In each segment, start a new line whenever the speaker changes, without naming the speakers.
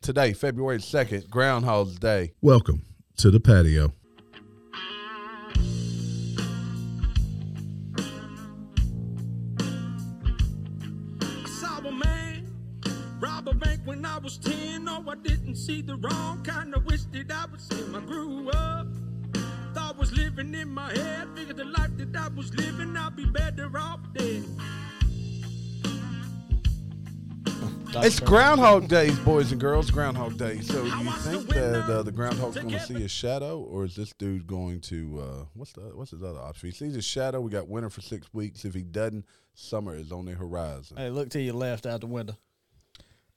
Today, February 2nd, Groundhog's Day.
Welcome to the patio.
I saw a man rob a bank when I was 10. No, I didn't see the wrong kind. I wish that I was him. I grew up. Thought was living in my head. Figured the life that I was living, I'd be better off dead.
It's Groundhog Days, boys and girls. Groundhog Day. So, do you
watched
think
the window
that uh, the groundhog's going to
together.
see a shadow, or is this dude going to uh, what's the what's his other option? He sees a shadow. We got winter for six weeks. If he doesn't, summer is on the horizon.
Hey, look to your left out the window.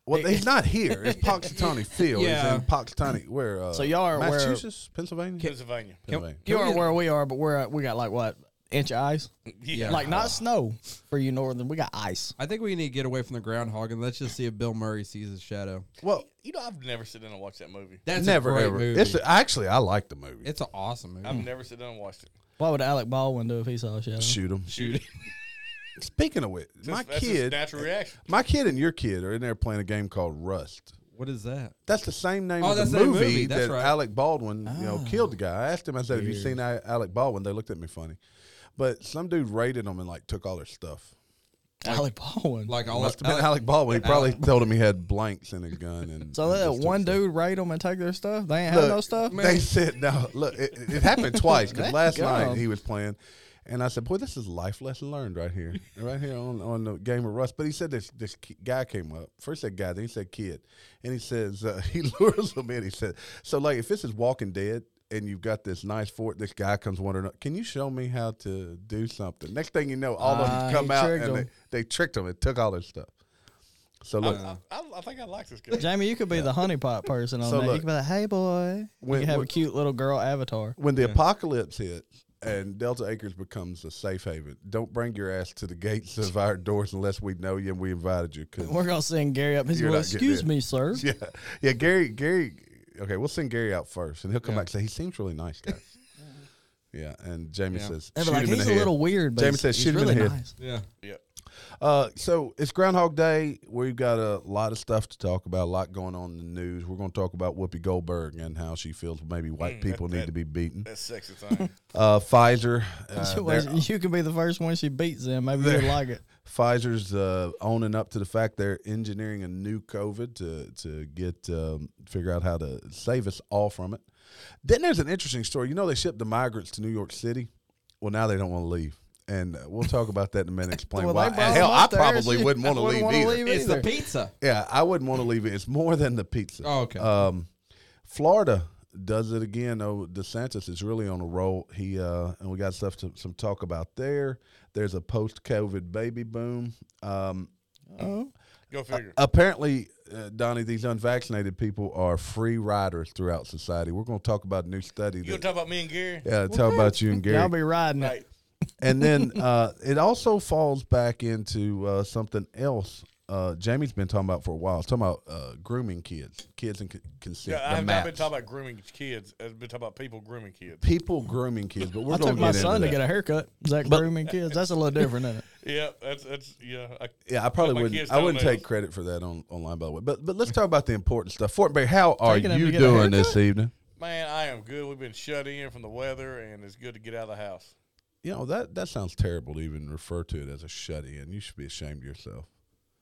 Well, he's not here. It's Punxsutawney Field.
Yeah.
He's in Punxsutawney. Where? Uh,
So y'all are aware of-
Massachusetts, Pennsylvania.
Pennsylvania.
Pennsylvania.
You are where we are, but we're at, we got like what inch of ice?
Yeah.
Like not snow for you northern. We got ice.
I think we need to get away from the groundhog and let's just see if Bill Murray sees his shadow.
well,
You know, I've never sit down and watched that movie.
That's
never
a great
ever.
movie.
It's actually I like the movie.
it's an awesome movie.
I've never sit down and watched it.
What would Alec Baldwin do if he saw a shadow?
Shoot him.
Shoot.
Speaking of which,
That's-
my
that's his
kid,
natural reaction.
my kid and your kid are in there playing a game called Rust.
what is that?
That's the same name
Oh,
of the
that's that
movie,
movie. That's
that
right. Ah.
Alec Baldwin, you know, killed the guy. I asked him, I said, "Have you seen A- Alec Baldwin?" They looked at me funny, but some dude raided them and like took all their stuff.
Alec Baldwin.
Like all
Must
Alec, Uh,
have been Alec, Baldwin. He probably told him he had blanks in his gun, and
so
and
let
just took
one
stuff.
dude raid them and take their stuff. They ain't
Look,
have no stuff.
They said no. Look, it, it happened twice because last night
God.
he was playing, and I said, "Boy, this is life lesson learned right here, right here on, on the game of Rust." But he said this this ki- guy came up first said guy, then he said kid, and he says uh, he lures him in. He said, "So like if this is Walking Dead." And you've got this nice fort. This guy comes wondering, "Can you show me how to do something?" Next thing you know, all of
Ah,
them
he
come out
tricked
and they,
him.
they tricked him and took all their stuff. So look,
Uh,
I, I, I think I like this guy.
Jamie, you could be the honeypot person on
So
that.
look-
you could be like, "Hey, boy,"
When-
you could have
when-
a cute little girl avatar.
when the apocalypse hits and Delta Acres becomes a safe haven, don't bring your ass to the gates of our doors unless we know you and we invited you. 'cause-
We're gonna send Gary up. He's
You're
well,
not getting
excuse
in."
me, sir.
yeah, yeah, Gary, Gary. Okay, we'll send Gary out first, and he'll come back and say he seems really nice, guys. yeah, and Jamie says
They'd
shoot
be like,
him in
he's
the
a
head."
little weird, but
Jamie
he's-
says,
he's
"Shoot him in
really
the head."
nice.
Yeah.
Yeah.
Uh, so it's Groundhog Day. We've got a lot of stuff to talk about, a lot going on in the news. We're going to talk about Whoopi Goldberg and how she feels maybe white people need to be beaten.
Mm, That's sexy thing.
Uh, Pfizer, uh,
She
they're-
was- you could be the first one she beats in. Maybe you'd like it.
Pfizer's uh, owning up to the fact they're engineering a new COVID to to get um, figure out how to save us all from it. Then there's an interesting story. You know they shipped the migrants to New York City. Well, now they don't want to leave, and uh, we'll talk about that in a minute. Explain
Well,
why. And
they brought 'em
hell, I
up there.
probably
She-
wouldn't want to
wouldn't
leave
wanna
either.
leave
It's
either.
the pizza.
Yeah, I wouldn't want to leave it. It's more than the pizza.
Oh, okay.
Um, Florida does it again. Oh, DeSantis is really on a roll. He uh, and we got stuff to some talk about there. There's a post-COVID baby boom. Um,
Uh,
Go figure.
apparently, uh, Donnie, these unvaccinated people are free riders throughout society. We're going to talk about a new study.
You gonna
That,
talk about me and Gary?
yeah, tell about you and Gary.
Y'all be riding it.
Right.
and then uh, it also falls back into uh, something else. Uh, Jamie's been talking about for a while. Talking about uh, grooming kids, kids and c- consent.
Yeah, I
the
have not been
maps.
talking about grooming kids. I've been talking about people grooming kids.
people grooming kids, but we're
I
going
took
to
my
get
son
into that.
to get a haircut. Zach grooming kids. That's a little different, isn't it?
Yeah, that's that's yeah. I,
Yeah, I probably
my
wouldn't.
kids
I wouldn't
toenails.
take credit for that on online, by the way. But but let's talk about the important stuff. Fort Bear, how are
Taking him
you
to get a
doing this evening?
Man, I am good. We've been shut in from the weather, and it's good to get out of the house.
You know that that sounds terrible to even refer to it as a shut in. You should be ashamed of yourself.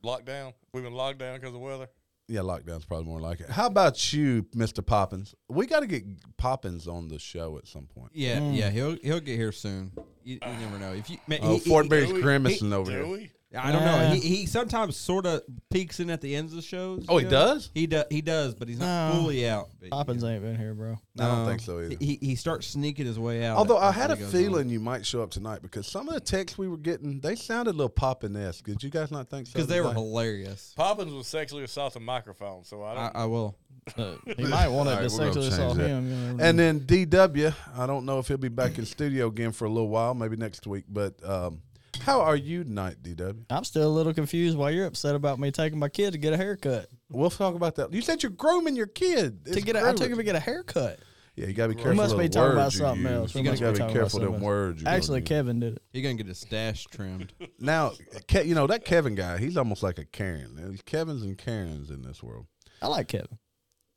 Lockdown. We've been locked down because of the weather.
Yeah, lockdown's probably more like it. How about you, Mister Poppins? We got to get Poppins on the show at some point.
Yeah, yeah, he'll he'll get here soon. You, you never know. If you, man,
Oh,
he- he-
Fort Bear's
do we-
grimacing over
Do
here.
we?
I don't know.
Yeah.
He, he sometimes sort of peeks in at the ends of the shows.
Oh, he
you know?
does? Oh.
He does. He does, but he's not
No.
fully out. But,
Poppins ain't been here, bro.
I don't
um,
think so either.
He he starts sneaking his way out.
Although
as-
I
as
had
he
a
goes
feeling you might show up tonight because some of the texts we were getting they sounded a little Poppin esque. Did you guys not think so?
because they were
today?
hilarious.
Poppins was sexually assaulting microphone, so I don't.
Uh-uh.
I, I will.
Uh, he might want it
All right,
to
we're gonna
sexually
change
assault
that.
him. you know.
And then DW, I don't know if he'll be back in studio again for a little while, maybe next week. But um, how are you tonight, DW?
I'm still a little confused why you're upset about me taking my kid to get a haircut.
We'll talk about that. You said you're grooming your kid.
To get, a, I took him to get a haircut.
Yeah, you gotta be careful.
must
of
be
the
talking about
words you
something
use.
else. We
You
must be
gotta be
talking about
careful of
something
them
else.
words. you're
Actually,
gonna
Kevin did it.
He's gonna get his stash trimmed.
use. Now, Ke- you know that Kevin guy. He's almost like a Karen. There's Kevin's and Karens in this world.
I like Kevin.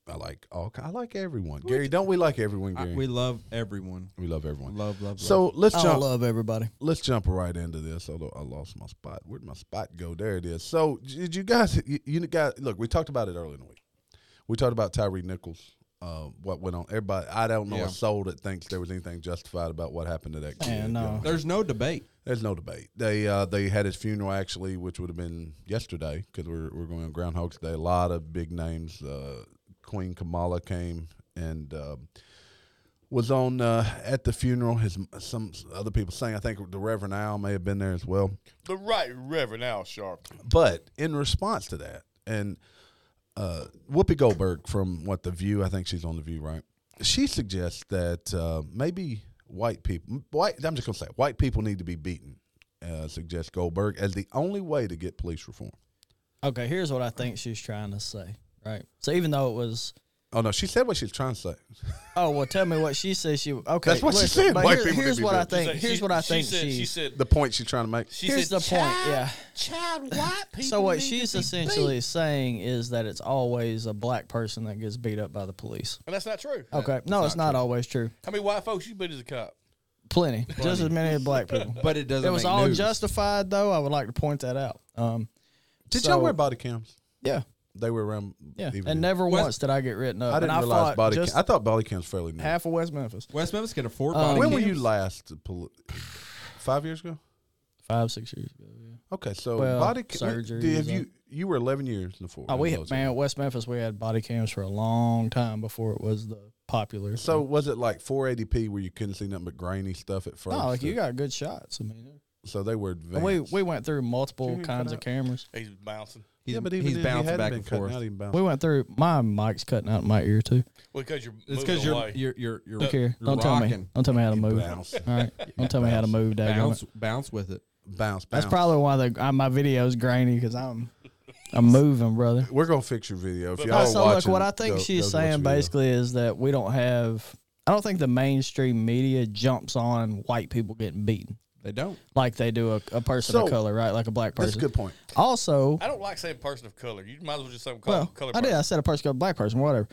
I like all. ki- I like everyone. Gary, don't we like everyone?
I-
Gary, we,
we love everyone.
love everyone.
Love, love, love.
so let's
I
jump.
don't love everybody.
let's jump right into this. Although I lost my spot. Where'd my spot go? There it is. So did you guys? You, you guys, look. We talked about it earlier in the week. We talked about Tyree Nichols. Uh, what went on? Everybody. I don't know
Yeah.
a soul that thinks there was anything justified about what happened to that kid.
Yeah, no.
there's no debate.
There's no debate. They uh, they had his funeral actually, which would have been yesterday because we're we're going on Groundhog's Day. A lot of big names. Uh, Queen Kamala came and um was on uh, at the funeral. His some other people sang. I think the Reverend Al may have been there as well.
The right Reverend Al Sharpton.
But in response to that, and uh, Whoopi Goldberg from what the View, I think she's on the View, right? She suggests that uh, maybe white people, white, I'm just gonna say, white people need to be beaten. Uh, suggests Goldberg as the only way to get police reform.
Okay, here's what I think she's trying to say. Right. So even though it was,
Oh no, she said what she's trying to say.
oh well, tell me what she says. She okay.
That's what she
listen,
said.
but
White
here-
people
here's
need to
what
be
I
better.
think.
She-
here's what I
she
think
said-
she's.
she said.
The point she's trying to make.
She
here's the
said,
point. Yeah.
Child, white people.
So what
need to
she's
be
essentially
beat."
saying is that it's always a black person that gets beat up by the police.
and that's not true.
Okay. No, it's not always true.
How many white folks you beat as a cop?
Plenty, just as many as black people.
But it doesn't.
it was
make
all
news.
justified, though. I would like to point that out. Um,
Did
so-
y'all wear body cams?
Yeah,
They were around.
yeah.
even
and
then.
never
West-
once did I get written up.
I didn't
and I
realize
fought
body. Cam.
just
I thought body cams fairly new.
half of West Memphis.
West Memphis can afford.
Um,
body
When were you
cams.
last? Poli- five years ago.
Five, six years ago. Yeah.
Okay, so
Well,
body ca- what- do-
surgeries,
Have
uh,
you you were eleven years in the force?
Oh, we had, man, West Memphis, we had body cams for a long time before it was the popular.
So was it like 480p where you couldn't see nothing but grainy stuff at first? Uh,
no, like you got good shots. I mean,
so they were
and
advanced.
we we went through multiple
Did you
kinds
cut
of
out?
cameras.
He's bouncing.
He's,
yeah, but even
he's
then, he
bouncing
hadn't
back
been
and
cutting
forth.
out, he bounced.
We went through. My mic's cutting out in my ear too.
Well, because you're
It's because
because
you're, you're you're you're
Uh,
Look here,
you're
don't tell me.
rocking.
Don't tell me how to move. All
bounce,
right, don't tell me how to move, Dad.
Bounce bounce with it.
bounce, bounce.
That's probably why the uh, my video's grainy because I'm I'm moving, brother.
We're gonna fix your video if
But-
y'all
Uh,
are
so look,
watching.
what I think
go-
she's
go watch
saying
the video.
basically is that we don't have. I don't think the mainstream media jumps on white people getting beaten
They don't.
like they do a, a person
So-
of color, right? Like a black
That's a
person.
good point.
Also,
I don't like saying person of color. You might as well just say I'm
well,
color.
I did. I said a person, of black person, whatever.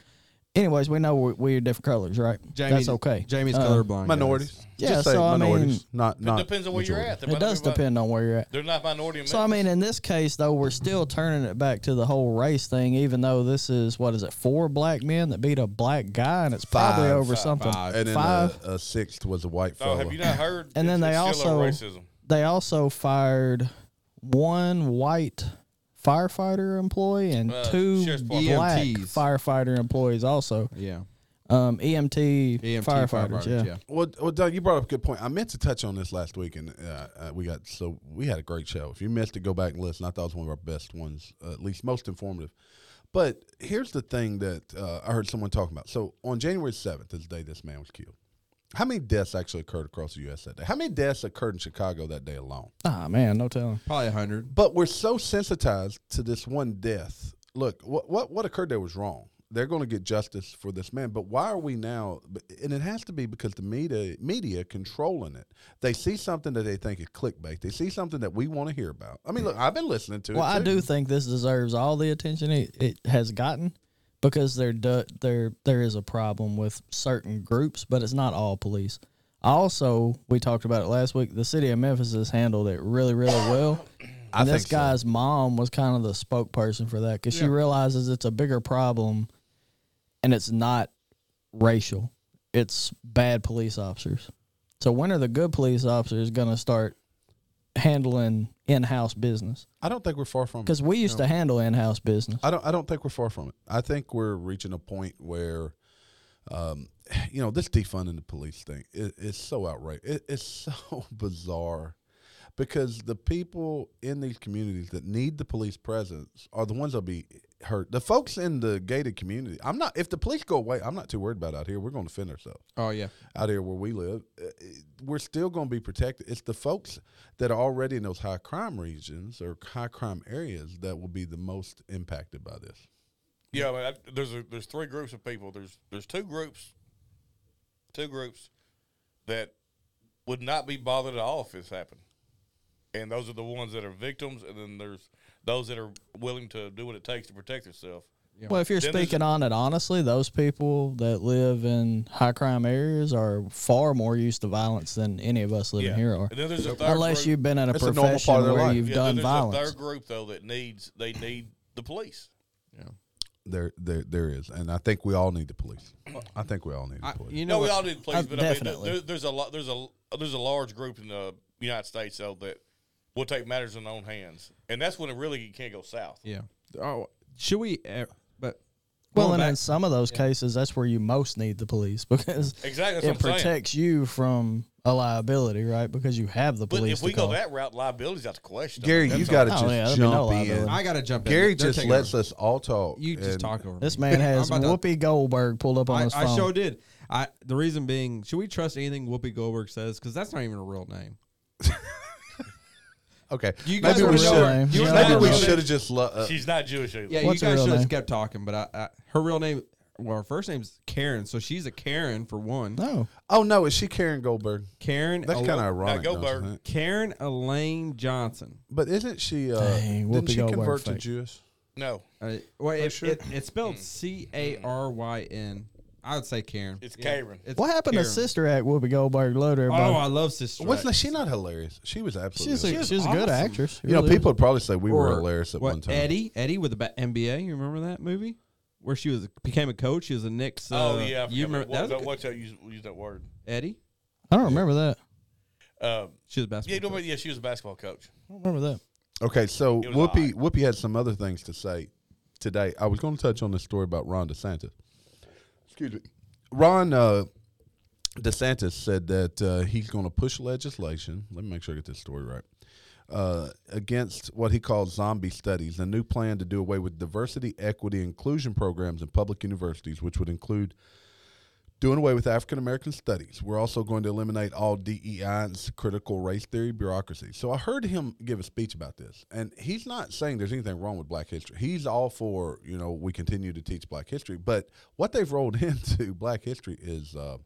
Anyways, we know we're, we're different colors, right? That's okay.
Jamie's
Uh,
colorblind. guys.
Minorities.
Yeah,
Just say
so I mean-
minorities. not
It
not.
depends on where you're
majority.
at. They
It
might
does
be mi-
depend on where you're at.
They're not minority. in
So I
Memphis.
mean, in this case though, we're still turning it back to the whole race thing, even though this is what is it? Four black men that beat a black guy, and it's probably
Five,
over something.
And then
Five.
A, a sixth was a white
Oh,
fellow.
have you not heard?
And then
It's-
they
it's still
also-
racism.
They also fired one white firefighter employee and
Uh,
two
sheriff's department.
black
EMTs.
firefighter employees also.
Yeah. E
Um, EMT,
EMT
firefighters, yeah.
Well, well, Doug, you brought up a good point. I meant to touch on this last week, and uh, uh, we got so we had a great show. If you missed it, go back and listen. I thought it was one of our best ones, uh, at least most informative. But here's the thing that uh, I heard someone talking about. So on January 7th, is the day this man was killed. How many deaths actually occurred across the U.S. that day? How many deaths occurred in Chicago that day alone?
Ah man, no telling.
Probably a hundred.
But we're so sensitized to this one death. Look, what what what occurred there was wrong. They're going to get justice for this man, but why are we now? And it has to be because the media media controlling it. They see something that they think is clickbait. They see something that we want to hear about. I mean, look, I've been listening to
Well,
it.
I
too.
do think this deserves all the attention it, it has gotten because there do, there there is a problem with certain groups, but it's not all police. Also, we talked about it last week. The city of Memphis has handled it really, really well.
I
And this
think so.
guy's mom was kind of the spokesperson for that because she realizes it's a bigger problem, and it's not racial. It's bad police officers. So when are the good police officers going to start handling in-house business?
I don't think we're far from. it.
Because we used to handle in-house business.
I don't. I don't think we're far from it. I think we're reaching a point where, um, you know, this defunding the police thing is it's so outrageous. It, it's so bizarre because the people in these communities that need the police presence are the ones that'll be hurt. The folks in the gated community. I'm not. If the police go away, I'm not too worried about out here. We're going to defend ourselves
Oh yeah.
out here where we live, uh, we're still going to be protected. It's the folks that are already in those high crime regions or high crime areas that will be the most impacted by this.
Yeah, I mean, I, there's a, there's three groups of people. There's there's two groups, two groups that would not be bothered at all if this happened, and those are the ones that are victims, and then there's those that are willing to do what it takes to protect themselves.
Well, if you're
Then there's-
speaking on it honestly, those people that live in high crime areas are far more used to violence than any of us living
Yeah.
here are.
And then there's a third
Unless
group-
you've been in a
That's a normal part
profession
of their
where
life.
you've
yeah,
done
there's a
violence.
third group though that needs they need the police.
There, there, there is, and I think we all need the police. I think we all need the
I,
police.
you
No,
know,
we
what-
all need the police,
Uh,
but I mean,
definitely.
there- there, there's a lot. There's a there's a large group in the United States though that will take matters in their own hands, and that's when it really can't go south.
yeah. Oh, should we? Uh, but
Well,
going
and in
back-
some of those cases, that's where you most need the police because
Exactly, that's
it
what I'm saying.
protects you from a liability, right? Because you have the
But
police.
if we
to
go
call.
that route, liability's out the question.
Gary, you got to
all.
just
Oh, yeah, there'd be no
jump in.
liability.
I gotta jump.
Gary
in. They're
just
taking
lets
over.
us all talk.
You just
and
talk over
this
me.
man has
I'm about to-
Whoopi Goldberg pulled up on
I,
his phone.
I sure did. I the reason being, should we trust anything Whoopi Goldberg says? Because that's not even a real name.
Okay,
You
maybe
guys
we
wanna
know her-
should.
you
Maybe
wanna know her
we
real
should have just. lo- uh,
She's not Jewish either.
Yeah,
What's her
you guys
real
should
name?
have kept talking, but I, I, her real name, well, her first name's Karen, so she's a Karen for one.
No,
oh no, is she Karen Goldberg?
Karen,
That's
Ele-
kind of ironic. though,
Goldberg.
isn't it?
Karen Elaine Johnson.
But isn't she? Uh,
Dang,
didn't
Whoopi
she
Goldberg
convert to
fake.
Jewish?
No,
Uh,
Oh,
well, it,
sure?
it, it's spelled C A R Y N. I would say Karen.
it's
Yeah,
Karen.
it's
what happened
Karen.
to Sister Act? Whoopi Goldberg loaded
Oh,
everybody.
I love Sister.
Wasn't
Act.
she not hilarious? She was absolutely.
she's a,
hilarious.
she's a good
awesome.
actress. She
you know,
really is.
people would probably say we were
Or
hilarious at
what,
one time.
Eddie, Eddie with the ba- NBA. You remember that movie where she was became a coach? She was a Knicks.
Oh
uh,
yeah, I
you
forgot.
remember
Wa-
that? was a
wa-
good-
Watch out, use, use that word.
Eddie.
I don't remember that.
Um,
She was a
yeah,
basketball.
no, but yeah, she was a basketball coach.
I don't remember that.
Okay, so
It was
Whoopi Whoopi had some other things to say today. I was going to touch on this story about Ron DeSantis. Excuse me. Ron uh, DeSantis said that uh, he's going to push legislation. Let me make sure I get this story right. Uh, against what he calls zombie studies, a new plan to do away with diversity, equity, inclusion programs in public universities, which would include doing away with African American studies. We're also going to eliminate all DEI and critical race theory bureaucracy. So I heard him give a speech about this, and he's not saying there's anything wrong with Black history. He's all for you know we continue to teach Black history, but what they've rolled into Black history is uh,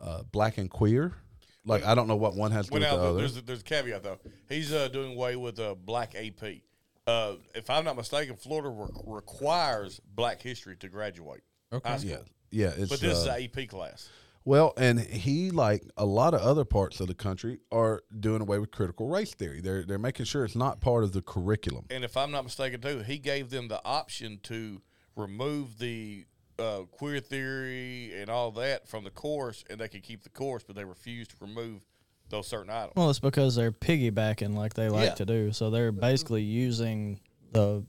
uh, black and queer. Like I don't know what one has to do
Well,
with the
now
other.
there's a, there's a caveat though. He's uh, doing away with uh, black AP. Uh, if I'm not mistaken, Florida re- requires Black history to graduate.
Okay.
high school.
Yeah, yeah. It's,
But this
uh,
is an AP class.
Well, and he like a lot of other parts of the country are doing away with critical race theory. They're they're making sure it's not part of the curriculum.
And if I'm not mistaken, too, he gave them the option to remove the uh, queer theory and all that from the course, and they could keep the course, but they refused to remove those certain items.
Well, it's because they're piggybacking like they like
Yeah.
to do. So they're basically using the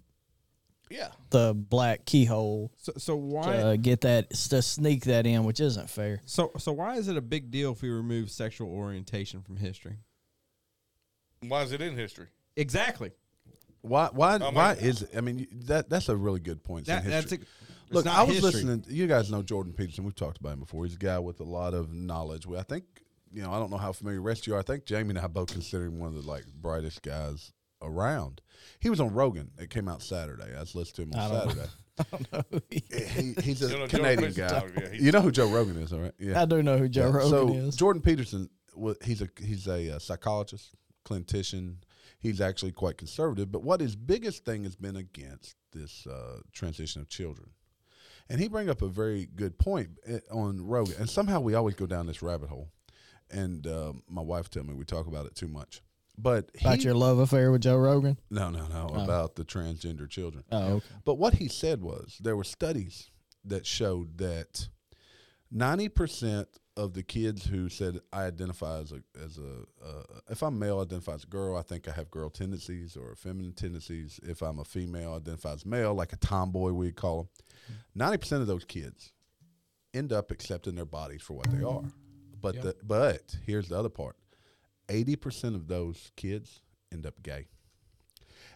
Yeah.
the black keyhole
so, so
to
why?
uh, get that to sneak that in, which isn't fair.
so so why is it a big deal if we remove sexual orientation from history?
Why is it in history?
Exactly.
Why? Why?
my
why
God.
is it? I mean, you- that that's a really good point. It's in
Oh, That, that's a,
history.
it's
Look,
not
I was
history.
listening. You guys know Jordan Peterson. We've talked about him before. He's a guy with a lot of knowledge. We, I think, you know, I don't know how familiar the rest of you are. I think Jamie and I both consider him one of the like brightest guys around. He was on Rogan. It came out Saturday. I was listening to him on
I don't
Saturday. He- he's a
No, no, Jordan
Canadian
Peterson
guy.
talked, yeah, he-
you know who Joe Rogan is, all right? Yeah.
I do know who Joe
Yeah,
Rogan
so
is.
Jordan Peterson, wa- he's a he's a uh, psychologist, clinician. He's actually quite conservative, but what his biggest thing has been against this uh, transition of children, and he bring up a very good point eh, on Rogan. And somehow we always go down this rabbit hole, and uh, my wife tell me we talk about it too much. But he,
About your love affair with Joe Rogan.
no, no, no, about the transgender children.
Oh, okay.
But what he said was there were studies that showed that 90% of the kids who said I identify as a as a uh, if I'm male I identify as a girl, I think I have girl tendencies or feminine tendencies. If I'm a female I identify as male, like a tomboy we'd call them. 90% of those kids end up accepting their bodies for what they are. But the, but here's the other part. 80% of those kids end up gay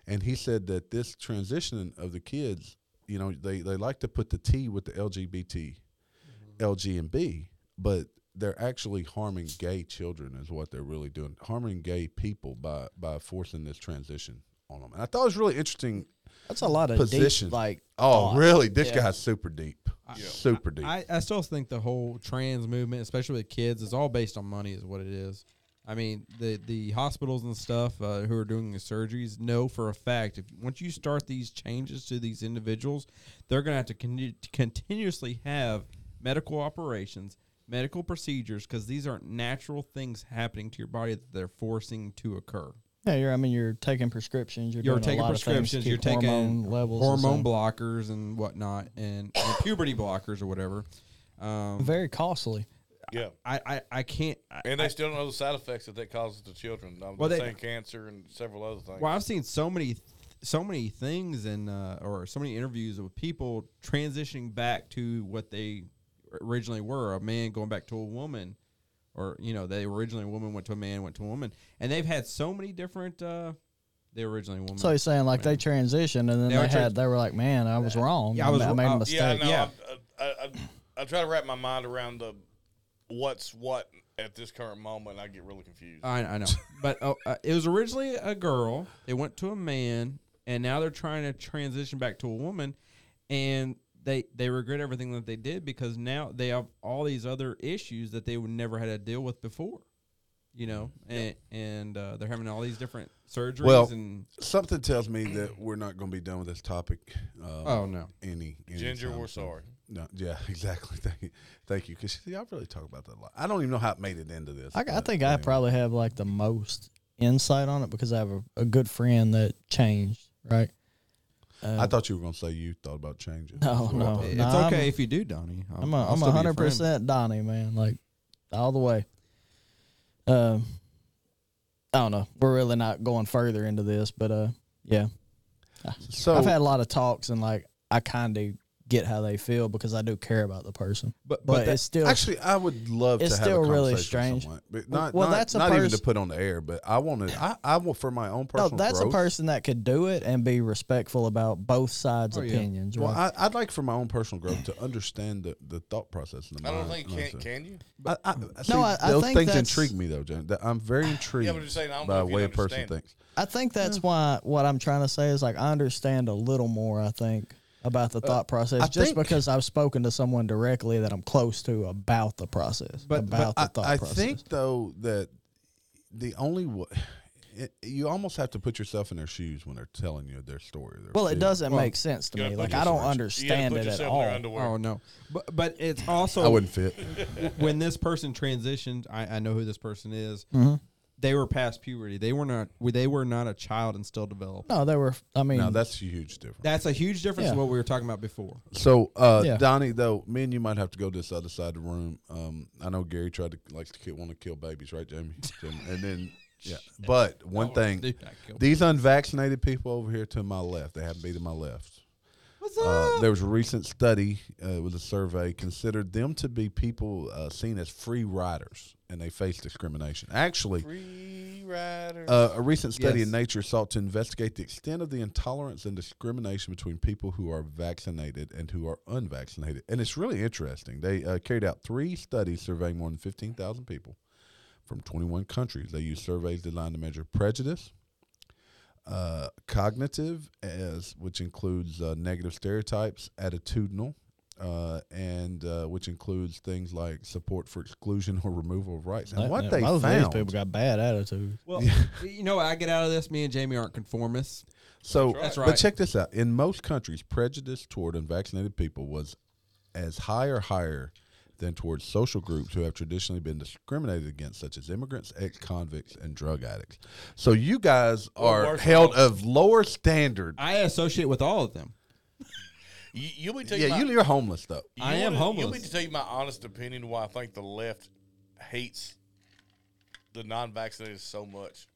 and he said that this transitioning of the kids, you know, they, they like to put the T with the LGBT,
Mm-hmm.
LG and B, but they're actually harming gay children is what they're really doing, harming gay people by by forcing this transition on them. And I thought it was really interesting.
That's a lot of
Position.
deep, like
Oh,
thought.
really? This guy's super deep, super deep.
I, I still think the whole trans movement, especially with kids, is all based on money, is what it is. I mean, the the hospitals and stuff uh, who are doing the surgeries know for a fact if once you start these changes to these individuals, they're going to have to con- continuously have medical operations, medical procedures because these aren't natural things happening to your body that they're forcing to occur.
Yeah, you're. I mean, you're taking prescriptions. You're,
You're
doing a
taking
lot of things to
prescriptions,
keep
you're taking
hormone levels, and
hormone
stuff.
blockers and whatnot, and, and puberty blockers or whatever. Um,
Very costly.
Yeah.
I, I, I can't. I,
And they still don't know the side effects that that causes to children. I'm
Well, they-
saying cancer and several other things.
Well, I've seen so many, th- so many things and uh, or so many interviews with people transitioning back to what they originally were. A man going back to a woman, or you know, they were originally a woman went to a man, went to a woman, and they've had so many different. Uh, they were originally a woman.
So he's saying like they transitioned and then they,
They were
had
trans-
they were like, man, I was wrong.
yeah, I
I,
was
ma- I made
wrong.
a mistake.
yeah, I know.
yeah.
I, I, I, I try to wrap my mind around the what's what at this current moment. I get really confused.
I, I know, but uh, uh, it was originally a girl. They went to a man, and now they're trying to transition back to a woman, and they they regret everything that they did because now they have all these other issues that they would never had to deal with before, you know, and and uh, they're having all these different surgeries
Well-
and
Something tells me that we're not going to be done with this topic. Um,
oh no,
any, any
Uh, Ginger,
time
we're
soon.
sorry.
No, yeah, exactly. Thank you, thank you. Because y'all really talk about that a lot. I don't even know how it made it into this.
I, I
but
think I
anyway.
probably have like the most insight on it because I have a, a good friend that changed, right? Uh,
I thought you were going to say you thought about changing.
No, Oh, no.
it's
Nah,
okay
I'm-
if you do, Donnie. I'll-
I'm a,
I'll
I'm
still be your
hundred
friend.
percent Donnie, man, like all the way. Um, I don't know. We're really not going further into this, but uh, yeah,
So
I've had a lot of talks and like I kind of get how they feel because I do care about the person,
But
but,
but, that-
it's still
actually, I would love
It's
to have
still
a
really
conversation with
strange.
someone, but not
Well,
not,
that's a
not even to
pers-
put on the air. But I want to. I, I will for my own
No,
personal.
that's a
growth,
person that could do it and be respectful about both sides'
Oh, yeah.
opinions.
Well,
right?
I, I'd like for my own personal growth to understand the, the thought process. In the
I don't
mind,
think
you know what I'm
can
saying?
can you?
I, I, see,
I- I
those
think
things
that's-
intrigue me though, Jen. That- I'm very intrigued
just saying, I don't
by
know
a
if you'd
way a person
understand.
thinks.
I think that's why what I'm trying to say is like I understand a little more. I think about the thought process
I
just
think-
because I've spoken to someone directly that I'm close to about the process,
But- but
about
I,
the thought
I
process.
think though that the only way it, you almost have to put yourself in their shoes when they're telling you their story. Their
well, it
feeling.
doesn't make sense to
You
me.
gotta put
Like I don't
yourself- you gotta
understand
put
it at
yourself in their
all.
underwear.
oh no, but but it's also
I wouldn't fit.
when this person transitioned, I, I know who this person is.
Mm-hmm.
They were past puberty. They were not. They were not a child and still developed.
No, they were. I mean,
No, that's a huge difference.
That's a huge difference to
Yeah.
what we were talking about before.
So, uh,
Yeah.
Donnie, though, me and you might have to go to this other side of the room. Um, I know Gary tried to likes to kill, want to kill babies, right, Jamie? Jamie? And then, yeah. But one thing,
Oh, Dude, I killed-
these unvaccinated people over here to my left, they happen to be to my left.
What's
Uh,
up?
there was a recent study uh, it was a survey considered them to be people uh, seen as free riders, and they face discrimination. Actually,
Free rider.
uh, a recent study
Yes.
in Nature sought to investigate the extent of the intolerance and discrimination between people who are vaccinated and who are unvaccinated. And it's really interesting. They uh, carried out three studies surveying more than 15,000 people from 21 countries. They used surveys designed to measure prejudice, uh, cognitive, as which includes uh, negative stereotypes, attitudinal, uh, and uh, which includes things like support for exclusion or removal of rights. And what
Yeah,
they
most of
found.
these people got bad attitudes.
well, you know, what I get out of this. Me and Jamie aren't conformists.
So,
That's right.
but check this out. In most countries, prejudice toward unvaccinated people was as high or higher than towards social groups who have traditionally been discriminated against, such as immigrants, ex-convicts, and drug addicts. So you guys are
worse
held
off.
of lower standard.
I associate with all of them.
you, you'll be taking
Yeah,
my,
you, you're homeless though.
You
I am
want me- You
homeless.
want me to tell you my honest opinion why I think the left hates the non-vaccinated so much?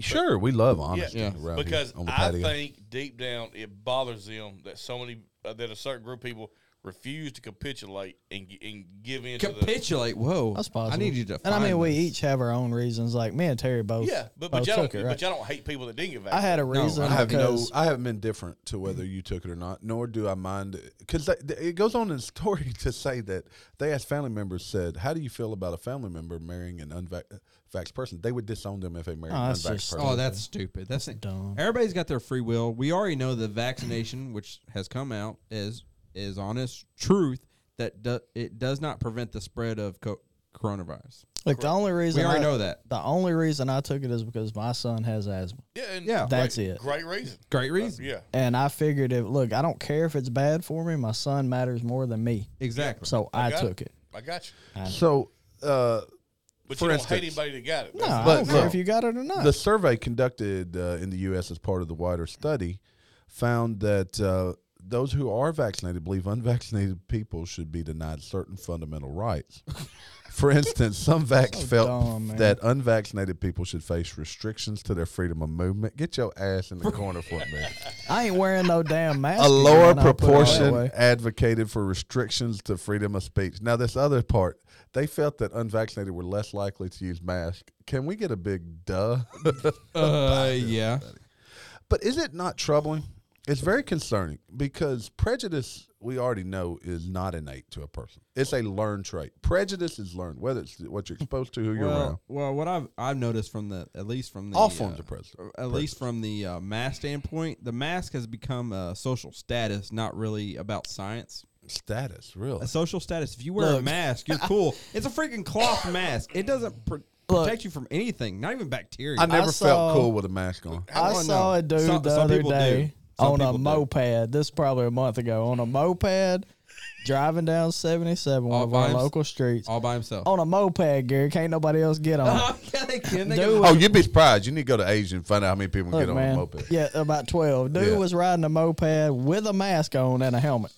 Sure, we love honesty
Yeah.
around
because
here on the
I
patio.
think deep down it bothers them that so many uh, that a certain group of people refuse to capitulate and gi- and give in to the
Capitulate. Whoa,
That's possible.
I need you to.
And I mean,
find
we
this.
each have our own reasons. Like me and Terry both.
yeah, but but
both
y'all don't
Oh, took it, right?
but y'all don't hate people that didn't get
I
vaccinated.
had a
I
reason.
I have no.
because-
I haven't been different to whether you took it or not, nor do I mind because it goes on in the story to say that they asked family members said, "How do you feel about a family member marrying an unvaxxed person?" They would disown them if they married
Oh,
an
that's
unvaxxed
just-
person.
Oh, that's stupid. That's
dumb.
Everybody's got their free will. We already know the vaccination, which has come out, is is honest truth that do, it does not prevent the spread of co- coronavirus.
Like the only reason
We already
I-
know that.
The only reason I took it is because my son has asthma,
Yeah, and
Yeah.
That's
great-
it.
Great reason.
Great reason.
Yeah,
and I figured if look, I don't care if it's bad for me. My son matters more than me,
Exactly.
so I,
got
took it.
I got you.
So, uh,
But
For
you don't hate
instance-
anybody that got it.
No, I
That's-
But
don't care
look,
if you got it or not.
the survey conducted uh, in the U.S. as part of the wider study found that uh, those who are vaccinated believe unvaccinated people should be denied certain fundamental rights. For instance, some vax
So
felt
dumb, man.
that unvaccinated people should face restrictions to their freedom of movement. Get your ass in the corner for a minute.
I ain't wearing no damn mask.
a
again,
lower
I'll put it that
proportion
way.
advocated for restrictions to freedom of speech. Now, this other part, they felt that unvaccinated were less likely to use masks. Can we get a big duh?
Uh, yeah.
but is it not troubling? It's very concerning because prejudice, we already know, is not innate to a person. It's a learned trait. Prejudice is learned, whether it's what you're exposed to, who you're around.
Well, well, what I've I've noticed from the at least from the
All forms
uh,
of prejudice.
at least from the uh, mask standpoint, the mask has become a social status, not really about science.
Status, really.
A social status. If you wear a
Look.
mask, you're cool. It's a freaking cloth mask. It doesn't pr-
Look.
protect you from anything, not even bacteria.
I never
saw-
felt cool with a mask on.
I
Oh,
saw
no.
a dude
Some-
the
some
other
people do.
day
Some
on
people
a
do.
moped. This is probably a month ago. On a moped, driving down 77, one
All
of
by
our
hims-
local streets.
all by himself.
on a moped, Gary. Can't nobody else get on.
yeah, they can. They
Dude
can
Oh, you'd be surprised. You need to go to Asia and find out how many people
Look,
get on
man.
a moped.
Yeah, about 12. Dude
Yeah.
was riding a moped with a mask on and a helmet.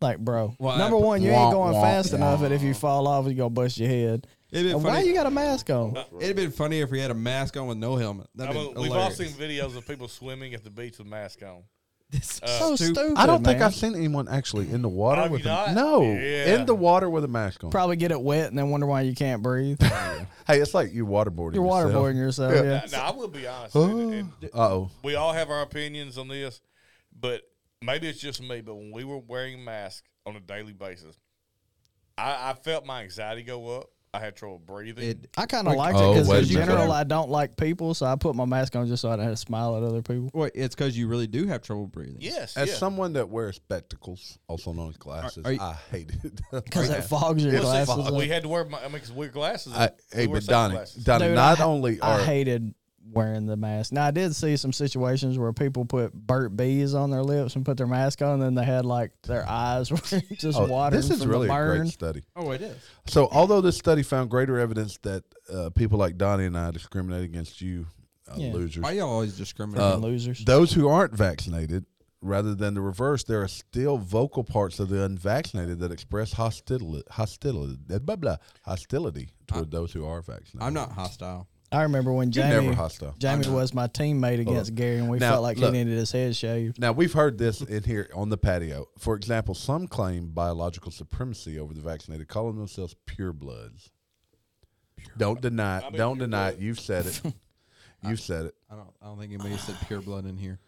Like, bro.
Well,
number
I-
one, you
Wah,
ain't going
wah,
fast
wah.
enough, and if you fall off, you're going to bust your head.
It'd been
And why
funny- Uh,
you got a mask on?
It'd have been funny if we had a mask on with no helmet.
I
That'd
mean,
been
we've all
hilarious.
seen videos of people swimming at the beach with masks on.
This is
so
uh, stu-
stupid.
I don't think
man.
I've seen anyone actually in the water
Have
with
you
a,
not?
no
Yeah.
in the water with a mask on.
Probably get it wet and then wonder why you can't breathe.
Hey, it's like you're waterboarding.
You're waterboarding yourself. Yeah.
Now, now, I will be honest. and- and
Oh,
we all have our opinions on this, but maybe it's just me. But when we were wearing masks on a daily basis, I, I felt my anxiety go up. I had trouble breathing.
It-
I kind of liked
Oh,
it because
wait
in
a minute.
general I don't like people, so I put my mask on just so I didn't have to smile at other people.
Wait, it's because you really do have trouble breathing.
yes,
as
yeah.
someone that wears spectacles, also known as glasses,
Are- are you-
I hate it.
Because it fogs your
Well, see,
glasses. up.
we had to wear. My, I mean, because we're glasses.
I,
we
hey,
wear
but Donnie,
sunglasses.
Donnie,
Dude,
not
I-
only are
I hated wearing the mask. Now I did see some situations where people put burnt bees on their lips and put their mask on, and then they had like their eyes were just
oh,
water.
this is
from
really
the
a
burn.
great study.
Oh, it is.
So, although this study found greater evidence that uh, people like Donnie and I discriminate against you, uh,
Yeah.
losers,
Why y'all always discriminate?
uh,
Freaking losers.
those who aren't vaccinated, rather than the reverse, there are still vocal parts of the unvaccinated that express hostility, hostility, blah, blah, hostility toward those who are vaccinated.
I'm not hostile.
I remember when
You're
Jamie
never hostile.
Jamie was my teammate against Gary, and we
Now,
felt like
look.
he needed his head shaved.
Now we've heard this in here on the patio. For example, some claim biological supremacy over the vaccinated, calling themselves purebloods. don't deny it.
I'm a
Don't deny it. You've said it. You've said it.
I don't. I don't think anybody said pure blood in here.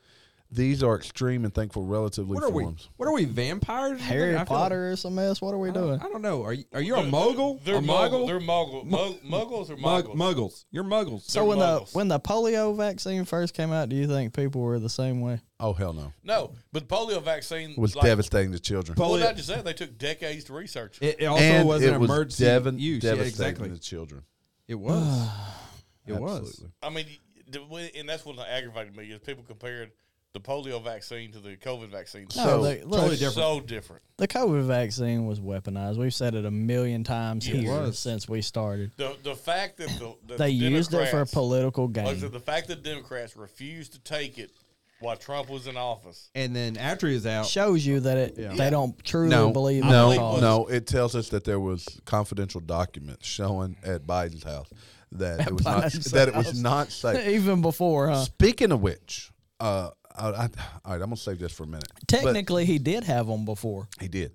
These are extreme and thankful relatively
What are we?
forms.
What are we? Vampires? or
Harry
something? I feel
Potter or some mess. What are we
Like, I,
doing?
don't, I don't know. Are you? Are you a mogul?
They're
a muggle?
muggle. They're muggle. Mug- muggles or
Mug-
muggles?
muggles. You're muggles.
So when the
muggles.
when the polio vaccine first came out, do you think people were the same way?
Oh hell no!
no, but the polio vaccine
It was
like,
devastating to children.
Well,
Polio-
not just that. They took decades to research. it.
it, it also
and
was
it
an
was
emergency
devin-
use. Yeah,
devastating
exactly.
to children.
It was. it was.
Absolutely.
I mean, the way- and that's what aggravated me is people compared the polio vaccine to the COVID vaccine.
No,
So,
they, look,
totally different.
So different.
The COVID vaccine was weaponized. We've said it a million times
It
here
was.
since we started.
The the fact that the, that
They
the
used it for
Democrats-
political
like I said,
gain.
the fact that Democrats refused to take it while Trump was in office.
And then after he's out,
Shows you that it they don't truly
No,
believe in the
no,
cause.
no. It tells us that there was confidential documents showing at Biden's house that it was not
Biden's
that it
house.
was not safe.
Even before, huh?
Speaking of which, uh, I, I, all right, I'm gonna save this for a minute.
Technically, he did have them before.
But he did.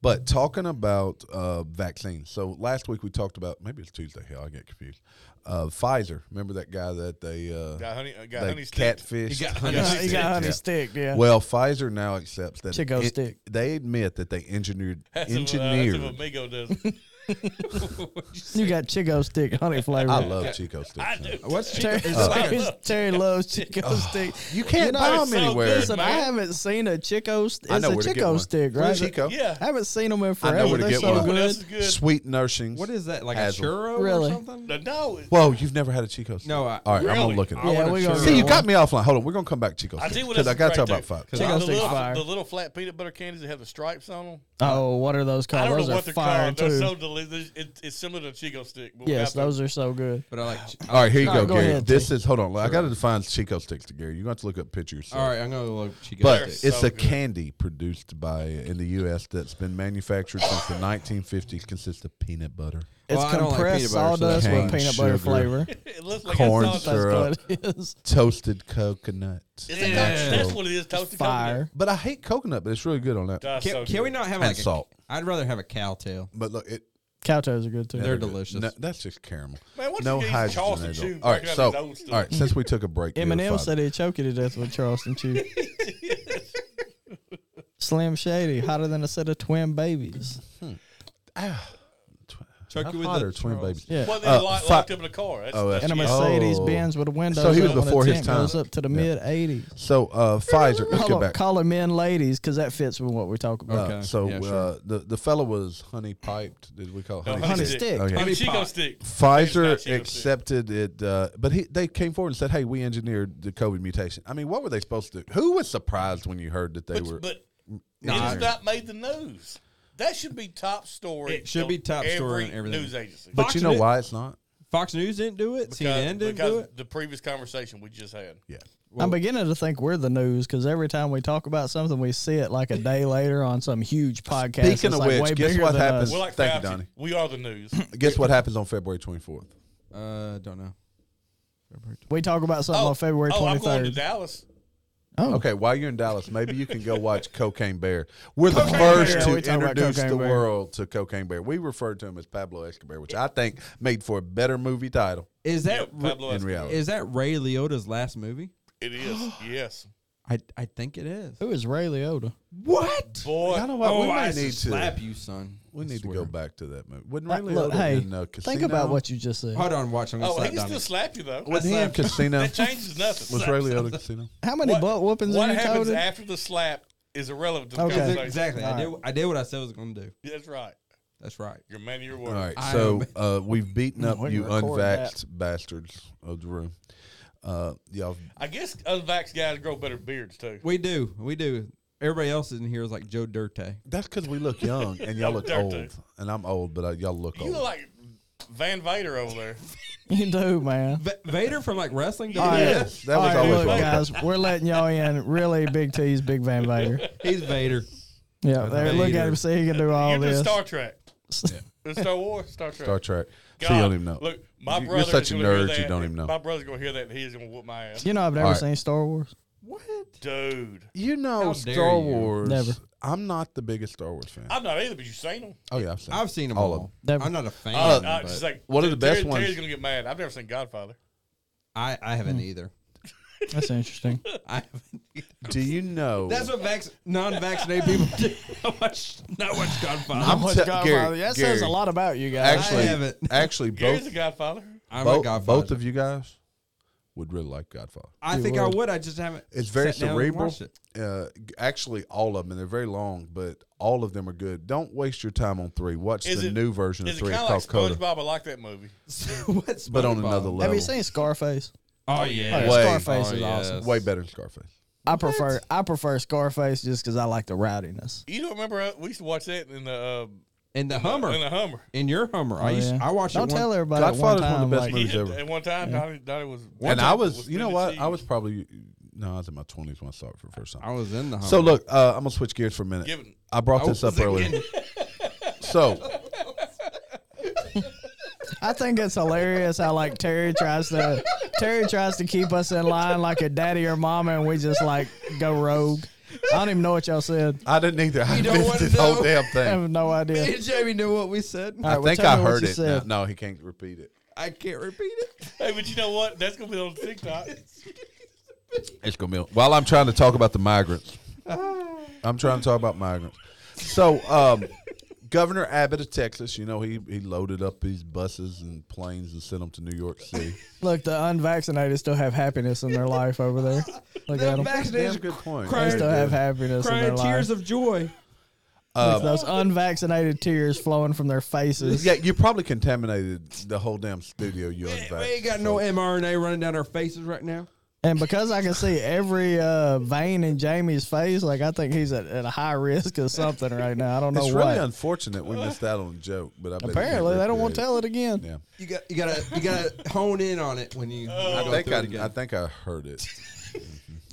But talking about uh, vaccines, so last week we talked about maybe it's Tuesday. Hell, I get confused. Uh, Pfizer, remember that guy that they uh,
Got honey, uh, got
they
honey sticked.
catfished?
got honey
Yeah,
Uh, he
stick, uh,
got honey
yeah.
stick, yeah.
Well, Pfizer now accepts that
Chico stick.
They admit that they engineered
That's what, uh, that's
engineered
what Amigo does.
You got Chico stick honey flavor.
I love Chico sticks.
I do.
What's
Terry,
Uh,
Terry, Terry loves Chico stick.
You can't
know,
buy
it's
them
so
anywhere.
good.
Listen, I
man.
haven't seen a Chico. St-
I
it's
know
a
where to get
Chico
one.
stick, right?
Chico.
Yeah.
I haven't seen them in
I
forever.
know where to
They're
get
so
one.
What
good.
else is good?
Sweet nourishings.
What is that? Like
Hazel.
a churro
Really?
or something?
No, it-
Whoa, you've never had a Chico stick.
No, I,
All right, I'm gonna
Really?
look at
I
it.
Yeah,
want a
we gonna
churro.
get
See, you
one.
got me offline. Hold on, we're gonna come back to Chico
I
sticks
see what
because I
else
got
is
to talk
great,
about
too.
five.
The
Chicken sticks
little,
fire.
the little flat peanut butter candies that have the stripes on them.
Oh, what are those called?
I don't
those
know
are
what they're
fire
called.
too.
They're so delicious. It, it's similar to Chico stick. But
yes,
without
those are so good.
But I like. ch-
All right, here you
All
go,
right, go
Gary.
ahead,
this is hold on. I got to define Chico sticks to Gary. You're gonna have to look up pictures.
all right, I'm gonna look. Chico
But
sticks.
They're
it's
so
a
good.
candy produced by in the U.S. that's been manufactured since the 1950s. Consists of peanut butter,
It's
Well, I don't like
compressed
peanut butter, so
sawdust
that's
with
fine.
peanut
Sugar.
butter flavor.
the- it looks like
corn
It's,
syrup.
all-
That's what it is.
toasted coconut.
it's a
Yeah.
coconut. That's what it is. Toasted
Fire.
But I hate coconut, but it's really good on that.
Coconut. That's
can,
so
can we
good.
not have
And
like
salt.
A, I'd rather have a cow tail.
But look, it
Cow toes are good too.
They're
good.
delicious.
No, that's just caramel.
Man, what
no
you get these
hydrogen.
Charleston
at all.
chew
all right,
back
so
out of
all
those
right, since we took a break, there,
Eminem
five-
said he'd choke you to death with Charleston Chew. Slim Shady, hotter than a set of twin babies.
Chuck you with
Hotter
the
twin babies.
Yeah.
Well, they
Uh,
lock,
fi-
locked up in a car. That's,
Oh,
that's
And a
that's-
yeah.
Mercedes
Oh.
Benz with windows.
So he was
up when the
before his
tent
time.
Goes up to the
Yeah.
mid '80s.
So uh, Pfizer. Let's
Hold
get
on,
back.
calling men ladies because that fits with what we're talking
Uh,
about.
Okay.
So
Yeah, sure.
uh, the the fellow was honey piped. Did we call it
No,
honey?
Honey
honey
stick?
stick.
Oh. Okay.
I mean,
Honey
Chico
pot.
stick. It's not
Pfizer
Chico stick.
accepted it, uh, but he, they came forward and said, "Hey, we engineered the COVID mutation." I mean, what were they supposed to? do? Who was surprised when you heard that they
But,
were?
but it
Nah.
has not made the news. That should be top story.
It should
of
be top story
every
on everything.
News agency.
But
Fox
you know
did-
why it's not?
Fox News didn't do it. CNN didn't
because
do it.
the previous conversation we just had.
Yeah,
I'm beginning to think we're the news because every time we talk about something, we see it like a day later on some huge podcast.
Speaking
that's,
of
like,
which,
way
guess
bigger
what
than us.
happens?
We're like
Thank you,
Fauci.
Donnie.
We are the news.
Guess what happens on February twenty fourth?
Uh, don't know.
We talk about something on February
oh, I'm going to
23rd.
Dallas.
Okay, while you're in Dallas, maybe you can go watch Cocaine Bear. We're the
Cocaine
first
Bear.
to
We talk about
introduce
Cocaine
the
Bear.
world to Cocaine Bear. We referred to him as Pablo Escobar, which I think made for a better movie title
Is that
Yeah, Pablo
in
Escobar.
reality.
is that Ray Liotta's last movie?
It is. yes.
I I think it is.
Who is Ray Liotta?
What? Oh,
Boy.
Oh, I don't know what we might need to
slap you, son.
We
I
need to
swear.
go back to that movie. Wouldn't
Uh,
Ray
look,
Liotta
hey,
in, uh,
think about what you just said.
Hold on, watch. I'm gonna
oh,
slap
he can still
Dominic.
slap you, though.
With him, Casino
That changes nothing.
was
Slap
Ray
something.
Liotta Casino.
How many butt whoopings
what
have you
happens
told him?
after the slap is irrelevant to the
Okay.
conversation.
Exactly. I did. I did what I said I was gonna do.
That's right.
That's right.
You're a man of your
All
word.
right,
I
so
am-
uh, we've beaten up
We can
you
record
unvaxxed bastards of the room. Uh, y'all,
I guess unvaxxed guys grow better beards, too.
We do. We do. Everybody else in here is like Joe Dirte.
that's because we look young and y'all look
Dirty.
old, and I'm old, but uh, y'all look
You
old.
look like Van Vader over there.
You do, man.
V- Vader from like wrestling.
All right.
Yes, that
All
was
right,
always
look,
wrong.
guys, we're letting y'all in. Really, Big T's, Big Van Vader.
He's Vader.
Yeah, there, look at him. See, he can do all
You're just
this.
Star Trek. It's Star Wars, Star Trek.
Star Trek.
God,
so you don't even know.
Look, my
You- you're
brother. is
such a
gonna hear
nerd, you
that,
don't
and
even know.
My brother's gonna hear that, and he's gonna whoop my ass.
You know, I've never
All right.
seen Star Wars.
Dude,
you
How
know
dare
Star
you.
Wars.
Never.
I'm not the biggest Star Wars fan.
I'm not either, but you seen him.
oh yeah, I've seen
I've seen them
All
all.
of
them.
I'm not a fan.
Uh, uh,
but
just like
One of the
Terry-
best ones-
Terry's gonna get mad. I've never seen Godfather.
I, I
Hmm.
haven't either.
That's interesting.
I haven't. Either.
Do you know?
That's what vac- non-vaccinated people do. Not much, not much Godfather.
I'm
What's
te-
Godfather?
Gary,
that
Gary,
says a lot about you guys.
Actually,
haven't.
actually,
Gary's
both
the Godfather.
I'm a
both,
Godfather.
both of you guys would really like Godfather.
I think I would. I just haven't.
It's very
sat down and
cerebral.
watched it.
Uh, g- actually, all of them, and they're very long, but all of them are good. Don't waste your time on three. Watch
Is
the
it-
new version of
Is it
three.
kind
It's
of like
called Coda,
SpongeBob? I like that movie.
What's
but on
SpongeBob?
another level.
Have you seen Scarface?
Oh
Oh,
yeah.
yeah,
Way.
Scarface
Oh,
is
yes.
awesome.
Way better than Scarface.
I prefer I prefer Scarface just because I like the rowdiness.
You don't remember? uh, We used to watch that in the uh,
And the Hummer.
In the Hummer.
In your Hummer. I used.
Oh, yeah.
I watched
Don't
it.
tell
one,
everybody. at one
Godfather's one of the
time,
best
like-
movies ever.
At one time, Donnie, Donnie was.
and I was,
was
you know
Philly
what? I
cheese.
was probably, no, I was in my 20s when I saw it for the first time.
I was in the Hummer.
So look, uh, I'm gonna switch gears for a minute.
Give it-
I brought
Oh,
this up
is it
earlier.
getting-
so
I think it's hilarious how like Terry tries to Terry tries to keep us in line like a daddy or mama, and we just like go rogue. I don't even know what y'all said.
I didn't either. I
don't
missed
wanna
this whole
know?
damn
I
thing.
have no idea.
Me and Jamie knew what we said.
All
I
right, well,
think
tell
I
me what
heard
you
it. No,
said.
no, he can't repeat it.
I can't repeat it.
Hey, but you know what? That's gonna be on TikTok.
It's gonna be while I'm trying to talk about the migrants. I'm trying to talk about migrants. So um, Governor Abbott of Texas, you know, he, he loaded up these buses and planes and sent them to New York City.
Look, the unvaccinated still have happiness in their life over there. Look at them.
That's a good point.
They
Crying-
still have happiness in their
Crying tears
life.
of joy.
Look, those unvaccinated tears flowing from their faces.
Yeah, you probably contaminated the whole damn studio. You
We ain't
unvaccinated.
got no mRNA running down our faces right now.
And because I can see every uh, vein in Jamie's face, like I think he's at, at a high risk of something right now. I don't know
It's
what.
really unfortunate we missed out on a joke, but I bet
Apparently, they don't want to tell it again.
Yeah,
You got you gotta you gotta hone in on it when you. when you
I
go
think
through it
I,
again.
I think I heard it.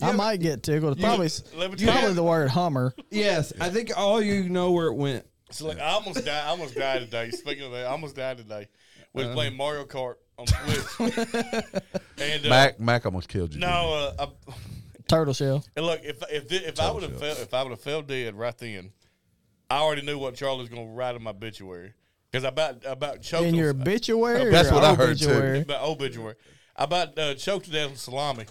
I might get tickled. Probably, s-
let me
probably
tell you-
the word Hummer.
yes, I think all you know where it went.
So like, I almost died. I almost died today. Speaking of that, I almost died today. We was playing Mario Kart on Switch. and uh,
Mac Mac almost killed you.
no, uh, I,
Turtle shell.
and look, if if thi- if I would have fell, if I would have fell dead right then, I already knew what Charlie was gonna write in my obituary because I about I about choked
In
on-
your obituary? or
That's what I heard, too.
obituary?
about obituary. I about uh, choked to death on salami.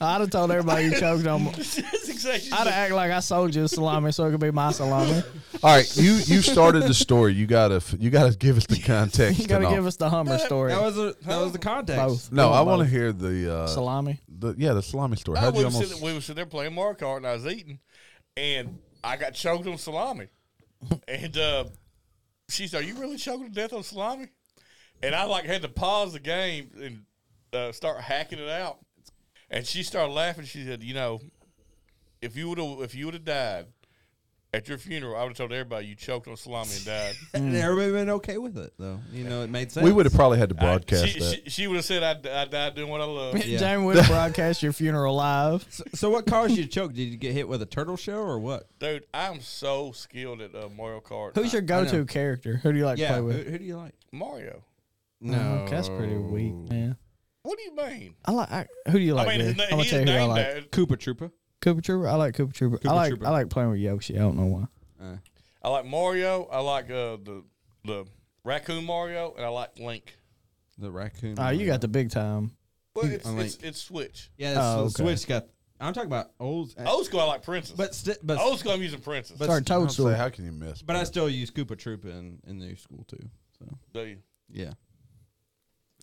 I'd have told everybody you choked on.
That's exactly.
I'd have act like I sold you a salami so it could be my salami.
didn't you? All right, you you started the story. You gotta f- you gotta give us the context.
You got to
and all.
give us the Hummer story.
That was a, that was the context.
both.
no. I want
want
to hear the uh,
salami.
the yeah the salami story.
I
How'd
we,
you
was
almost?
sitting, we was sitting there playing Mario Kart, and I was eating, and I got choked on salami. and uh, she said, "Are you really choking to death on salami?" And I like had to pause the game and uh, start hacking it out. And she started laughing. She said, "You know, if you would have if you would have died at your funeral, I would have told everybody you choked on salami and died."
Mm.
And everybody been okay with it though. You know, it made sense.
we would have probably had to
I-
broadcast
she,
that.
she, she would have said, I, "I died doing what I love."
Yeah.
Jamie would have broadcast your funeral live.
So, so what caused you to choke? Did you get hit with a turtle shell or what?
Dude, I'm so skilled at uh, Mario Kart.
Who's your
I know.
go-to character? Who do you like to
Yeah,
play
who,
with?
who do you like?
Mario?
No, that's pretty weak, man.
What do you mean?
I like. I, who do you like?
I mean,
Dave?
his, na-
I'm gonna
he's
tell you
named
who I like.
that.
Koopa Troopa.
Cooper Trooper. I like Cooper Trooper. I
Koopa
like.
Trooper.
I like playing with Yoshi. I don't know why.
I like Mario. I like uh, the the raccoon Mario, and I like Link.
The raccoon.
Oh, you
Mario.
got the big time. Hmm,
Well, it's,
I like-
it's, it's Switch.
Yeah, that's-
Oh,
the
okay.
Switch got. I'm talking about old.
Old school, I like Princess.
But sti- but
old school, I'm using Princess.
but
Sorry,
I
Toadstool.
don't say, how can you miss?
but I still use Koopa Troopa in in the new school too. So
Do you?
yeah,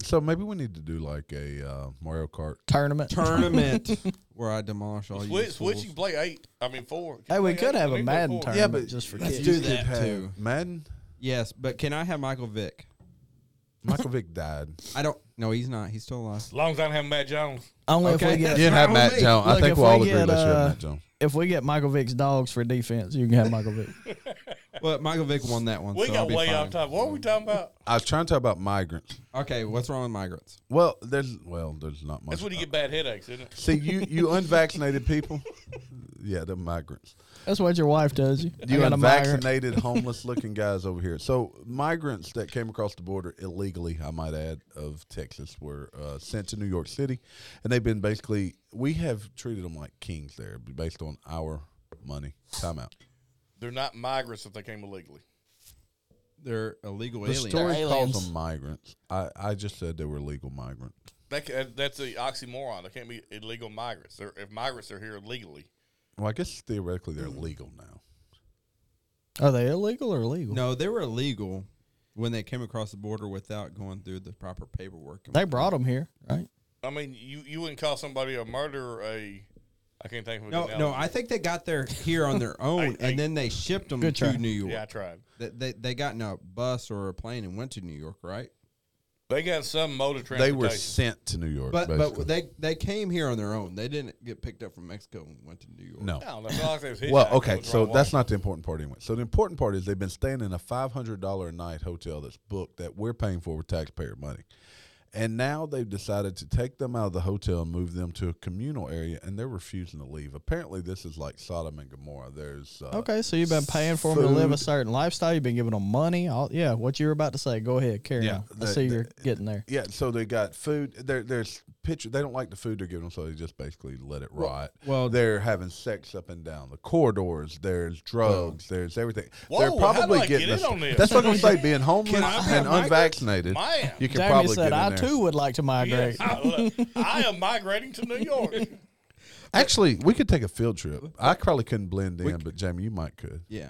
so maybe we need to do like a uh, Mario Kart.
tournament.
tournament where I demolish
Oh,
all you.
Switch, Switch,
fools.
you can play eight. I mean four. You
Hey, we
play
could
eight,
have
you
a
can play
Madden
four.
tournament
Yeah, but
just for
let's
kids.
do
You
that,
could have
too.
Madden.
Yes, but can I have Michael Vick?
Michael Vick died.
I don't. No, he's not. He's still alive.
As long as I don't have Matt Jones.
Only if
Okay.
we get
You didn't have
wrong
Matt
with me.
Jones. I
Look,
think
if
we'll all
we
agree.
get,
Let's have
uh,
Matt Jones.
if we get Michael Vick's dogs for defense, you can have Michael Vick.
Well, Michael Vick won that one.
We
so I'll
got
be
way
fine.
off topic. What are
Mm.
we talking about?
I was trying to talk about migrants.
Okay, what's wrong with migrants?
Well, there's well, there's not much.
That's when you get bad headaches, isn't it?
See, you you unvaccinated people. Yeah, they're migrants.
That's what your wife does you. I
You
got a migrant.
unvaccinated, homeless looking guys over here. So migrants that came across the border illegally, I might add, of Texas were uh, sent to New York City, and they've been basically we have treated them like kings there, based on our money. Time out.
They're not migrants if they came illegally.
They're illegal
The
aliens.
story
They're
calls
aliens.
them migrants. I, I just said they were legal migrants.
That, ca- that's the oxymoron. They can't be illegal migrants. They're, if migrants are here legally,
Well, I guess theoretically they're legal now.
Are they illegal or legal?
No, they were illegal when they came across the border without going through the proper paperwork.
They brought them here, right?
I mean, you, you wouldn't call somebody a murderer a. I can't think of a
no,
good analogy.
no. I think they got there here on their own,
I-
and then they shipped them to
Good try.
New York.
Yeah, I tried.
They, they they got in a bus or a plane and went to New York, right?
They got some mode of
They
transportation.
were sent to New York.
But
basically.
but they they came here on their own. They didn't get picked up from Mexico and went to New York.
no.
No, that's all I said was
Well,
hitchhiking.
okay,
What's
so
wrong with
that's
that?
not the important part anyway. So the important part is they've been staying in a five hundred dollar a night hotel that's booked that we're paying for with taxpayer money, and now they've decided to take them out of the hotel and move them to a communal area, and they're refusing to leave. Apparently, this is like Sodom and Gomorrah. There's uh,
Okay, so you've been paying for them to live a
food.
certain lifestyle. You've been giving them money. All, yeah, what you were about to say. Go ahead, carry
Yeah,
on. I
the-
see
the-
you're getting there.
Yeah, so they got food. There, there's picture. They don't like the food they're giving them, so they just basically let it rot.
well-
they're having sex up and down the corridors. There's drugs. there's everything.
Whoa,
they're
how do
probably
I get
getting.
in
us-
on this?
That's what I'm saying. Being homeless
Can I be a
and
migrant?
unvaccinated,
Man.
you can
Jamie
probably
said,
get in
"I
there.
too would like to migrate."
Yes, I, look, I am migrating to New York.
Actually, we could take a field trip. I probably couldn't blend in, but Jamie, you might could.
Yeah.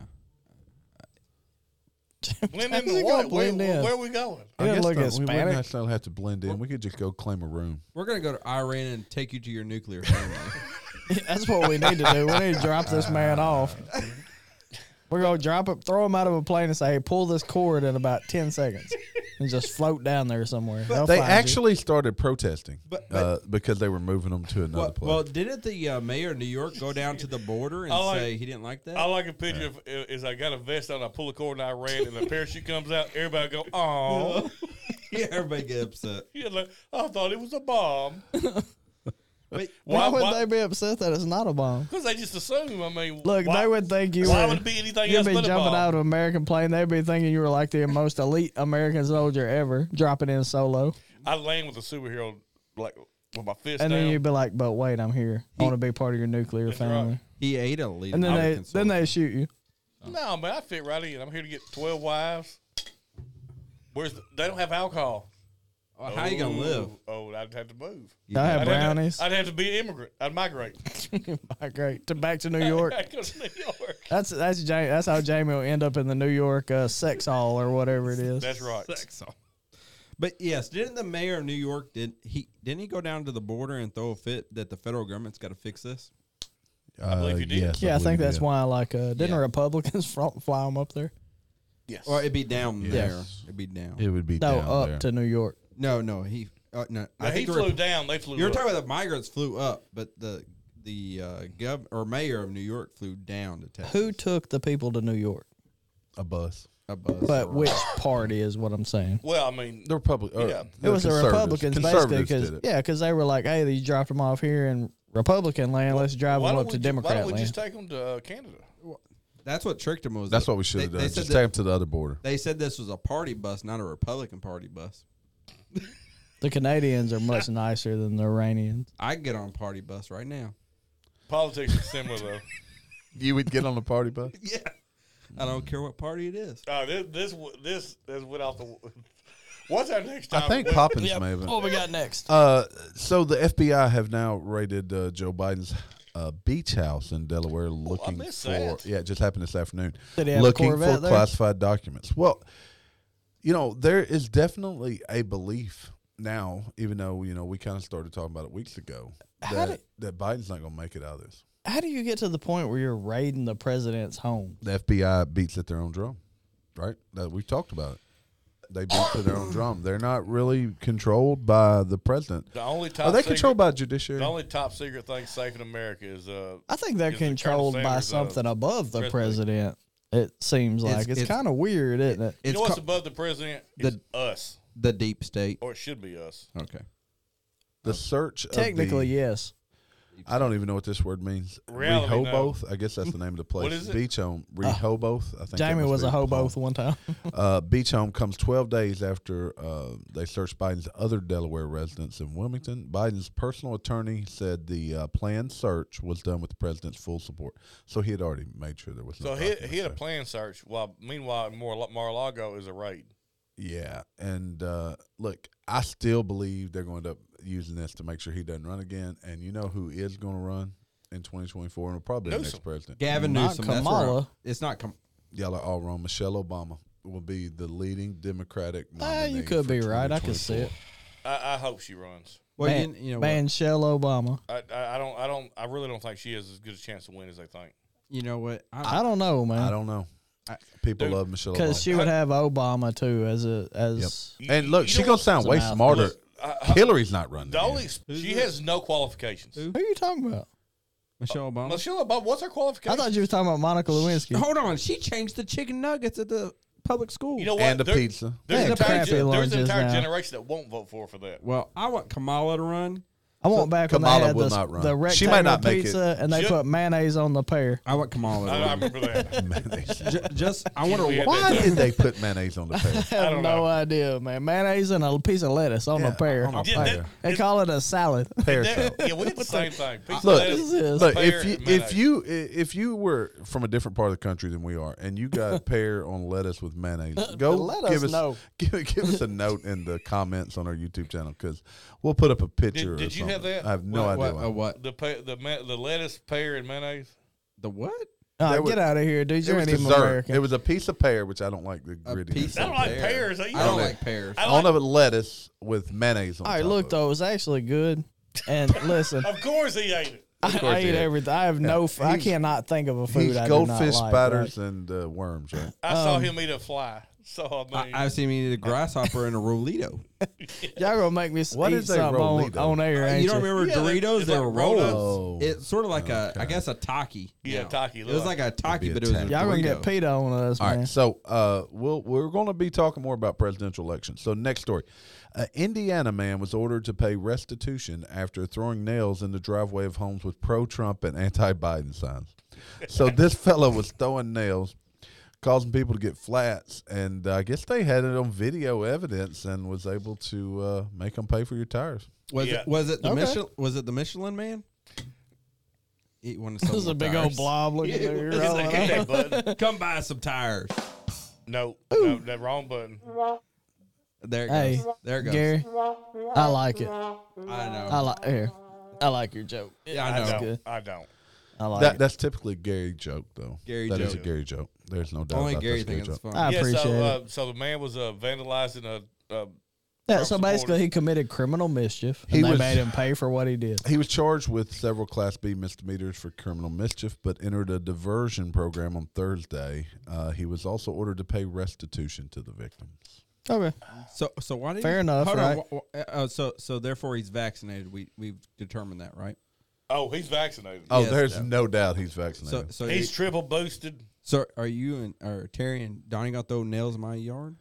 Blend
How's
in
it
what?
gonna
Where,
blend in?
where we going?
It doesn't
not- we
look
wouldn't
Hispanic.
necessarily have to blend in. We could just go claim a room.
We're gonna go to Iran and take you to your nuclear family.
That's what we need to do. We need to drop this man off. We're gonna drop him, throw him out of a plane, and say, hey, "Pull this cord in about ten seconds, and just float down there somewhere." They'll
They
find you.
actually started protesting
But-
uh, because they were moving them to another
well,
place.
well, didn't the uh, mayor of New York go down to the border and
I like-
say he didn't like that?
I like a picture of is I got a vest on, I pull a cord and I ran, and the parachute comes out. Everybody go, oh,
yeah, everybody get upset.
yeah, like, I thought it was a bomb.
But
Why,
Why?
would
why
they be upset that it's not a bomb?
Because they just assume. I mean,
Look,
why,
they would think you
Why
were,
would it be anything
you'd
else
be
but a
jumping
bomb?
out of an American plane. They'd be thinking you were like the most elite American soldier ever, dropping in solo,
I land with a superhero like with my fist
and
down.
then you'd be like, "But wait, I'm here. I want to be part of your nuclear
right.
family."
he ate a leader.
And then they then they shoot you.
no, man, I fit right in. I'm here to get twelve wives. Where's the, they don't have alcohol?
how you gonna live?
Oh, oh, I'd have to move.
I have
I'd have to-
brownies.
I'd have to be an immigrant. I'd migrate.
Great. To back to New York.
I'd go to New York.
That's that's Jamie, that's how Jamie will end up in the New York uh, sex hall or whatever it is.
That's right.
sex off. But yes, didn't the mayor of New York did he didn't he go down to the border and throw a fit that the federal government's got to fix this?
Uh, I
believe you did.
yeah, I think that's
why.
why. Like, uh, didn't
Yeah.
Republicans fro- fly them up there?
Yes.
Or it'd be down there.
Yes.
It'd be down.
It would be
No,
down
up
there.
to New York.
no, no, he uh, no.
Now, he
the
flew
Rep-
down. They flew.
You're
up.
talking about the migrants flew up, but the the uh, gov or mayor of New York flew down to Texas.
Who took the people to New York?
a bus.
A bus
But
or-
which party is what I'm saying?
Well, I mean,
The Republic.
Yeah.
Yeah,
It was the Republicans, basically, because yeah, because they were like, "Hey, you dropped them off here in Republican land. Let's drive
why
them
don't
up
we
to
ju- Why
Democrat
don't we
land."
just take them to uh, Canada?
that's what tricked him was.
That's
that
what we should have
they-
done.
They
Just take
said, that-
them to the other border.
they said this was a party bus, not a Republican party bus.
the Canadians are much nicer than the Iranians.
I can get on a party bus right now.
Politics is similar though.
You would get on the party bus.
Yeah, I
Mm.
don't care what party it is.
Uh, this this w- this this went off the. What's our next
I
topic?
think
What-
Poppins may have.
What we got next?
Uh, so the FBI have now raided uh, Joe Biden's uh, beach house in Delaware, looking
missed
for
that.
yeah, it just happened this afternoon.
Did he have a
looking for
Corvette there?
classified documents. Well, you know there is definitely a belief now, even though you know we kind of started talking about it weeks ago,
How
that
did-
that Biden's not going to make it out of this.
How do you get to the point where you're raiding the president's home?
The FBI beats at their own drum, right? That we've talked about. It. They beat to their own drum. They're not really controlled by the president.
the only top
Oh,
Are they
secret-
controlled by judiciary?
The only top secret thing safe in America is uh.
I think they're
Is it Colonel
controlled by
Sanders, uh,
something above the president.
President?
It seems like it's,
it's-
kind of weird, isn't it?
You
It's
know what's
ca-
above the president?
The-
It's us,
the deep state.
or it should be us.
Okay.
the search. of the-
Technically, yes.
I don't even know what this word means.
Reality, no.
Rehoboth. I guess that's the name of the place.
is it?
Beach home. Rehoboth. I think. that
Uh, Jamie
must
was
be
a hobo
poem.
one time.
Uh, Beach home comes 12 days after uh, they searched Biden's other Delaware residence in Wilmington. Biden's personal attorney said the uh, planned search was done with the president's full support. So he had already made sure there was.
So
no
he
documents
he had a
there.
plan search. While meanwhile, Mar- Mar-a-Lago is a raid.
Yeah, and uh, look, I still believe they're going to end up using this to make sure he doesn't run again. And you know who is going to run in 2024, and probably the
Newsom.
next president.
Gavin
Not
Newsom. that's where
Kamala.
I- it's not Kam-
y'all are all wrong. Michelle Obama will be the leading Democratic.
Ah, you
nominee
could
for
be right. I could see it.
2024.
I, I hope she runs.
Well, you-
Man,
you, know,
man,
what,
Shell Obama.
I, I I don't I don't I really don't think she has as good a chance to win as they think.
you know what? I,
I don't know,
I
man,
don't know. People
Dude,
love Michelle
because
Obama.
she would have Obama too as a as
and look,
You
she's
don't-
gonna sound way
It's a
smarter.
I- I-
Hillary's not running.
The only
again.
she has no qualifications.
Who?
who are you talking about?
Michelle Obama.
Michelle Obama, what's her
I
qualification?
thought you were talking about Monica Lewinsky.
Hold on, she changed the chicken nuggets at the public school.
you know what?
And a
There-
pizza.
There's,
They
an
have
entire,
crappy
gen- there's an
lunches
entire
now.
generation that won't vote for her for that.
well, I want Kamala to run.
I want back when
Kamala
they had
will
the,
not run.
the
She might
rectangle
not make it.
pizza and they
Should-
put mayonnaise on the pear.
I want Kamala.
I,
To
I
run.
remember that.
mayonnaise.
Ju- just I want
We
to.
had
What?
Why did they put mayonnaise on the
I
paper?
have
don't
no
know.
idea, man. Mayonnaise and a piece of lettuce on
Yeah,
the pear.
on a
Yeah,
pear.
that-
They call it a salad.
Pear
That-
salad.
yeah, we did the same thing. Pizza,
Look,
lettuce,
This is-
look.
pear
If you
and
if
mayonnaise.
you i- if you were from a different part of the country than we are, and you got pear on lettuce with mayonnaise, go
Let
give
us
us
know.
give, give us a note in the comments on our YouTube channel because we'll put up a picture. or
did you
something.
have that?
I have no
what,
idea.
what,
why.
uh, what?
the pe- the ma- the lettuce, pear, and mayonnaise.
The what?
Uh,
That was-
get out of here, dude.
It
You're
was
not even
dessert.
American.
It was a piece of pear, which I don't like the
A
gritty.
piece
I don't
of
like
pear.
pears. I- you
I don't
know-
like pears.
I
On
like-
of it, lettuce with mayonnaise on
All right,
top
look
of it.
though, it was actually good. And listen,
Of course he ate it.
I,
course
I
he
eat
is.
everything. I have no. F- I
He's-
cannot think of a food
He's
I do not
goldfish
like.
spatters and uh, worms, right?
I saw him eat a fly. So I
I,
mean,
I've seen him eat a grasshopper and a Rolito.
right? Y'all gonna make me s-
What
eat
is a
something on,
Rolito? Uh,
on air, ain't
You don't remember
Yeah, they-
Doritos?
it's
They
like
were
roll-ups.
Oh.
roll ups. It's sort of like a, I guess, a Taki.
Yeah,
now.
Taki,
It was
look.
like a Taki,
be a
but it was a
Taki.
Y'all gonna get
Dorito.
PETA on us,
All
man.
right, so uh, we'll, we're going to be talking more about presidential elections. So next story, uh, Indiana man was ordered to pay restitution after throwing nails in the driveway of homes with pro-Trump and anti-Biden signs. So this fellow was throwing nails, causing people to get flats, and uh, I guess they had it on video evidence and was able to uh, make them pay for your tires.
Was
Yeah.
it was it the
Okay.
Michelin was it the Michelin man? Eat one of
This is a big old blob looking
Yeah,
there.
it's
You're all
Like,
like,
hit that button.
Come buy some tires.
No, no, that wrong button.
There it
Hey,
goes. There it goes.
Gary, I like it.
I know.
I like here. I like your joke.
yeah, I
I
know.
don't.
good.
I don't.
I like
That,
it.
that's typically a Gary joke, though.
Gary
That is
joke.
a Gary joke. There's no doubt
Only
about
Gary
that's a Gary
thinks it's
joke.
funny.
I appreciate
yeah, so,
it.
Uh, so the man was uh, vandalizing a. Uh,
yeah,
Trump
so basically,
supporters.
he committed criminal mischief, and
He
they
was-
made him pay for what he did.
He was charged with several Class B misdemeanors for criminal mischief, but entered a diversion program on Thursday. Uh, he was also ordered to pay restitution to the victims.
Okay,
So so why did
Fair
he,
enough,
Hold
right?
on. wha- wha- uh, so so therefore he's vaccinated. We we've determined that, right?
oh, he's vaccinated.
Oh,
Yes,
there's
no.
no, doubt he's
So
vaccinated.
so you,
he's triple boosted.
so are you and are Terry and Donnie gonna throw nails in my yard?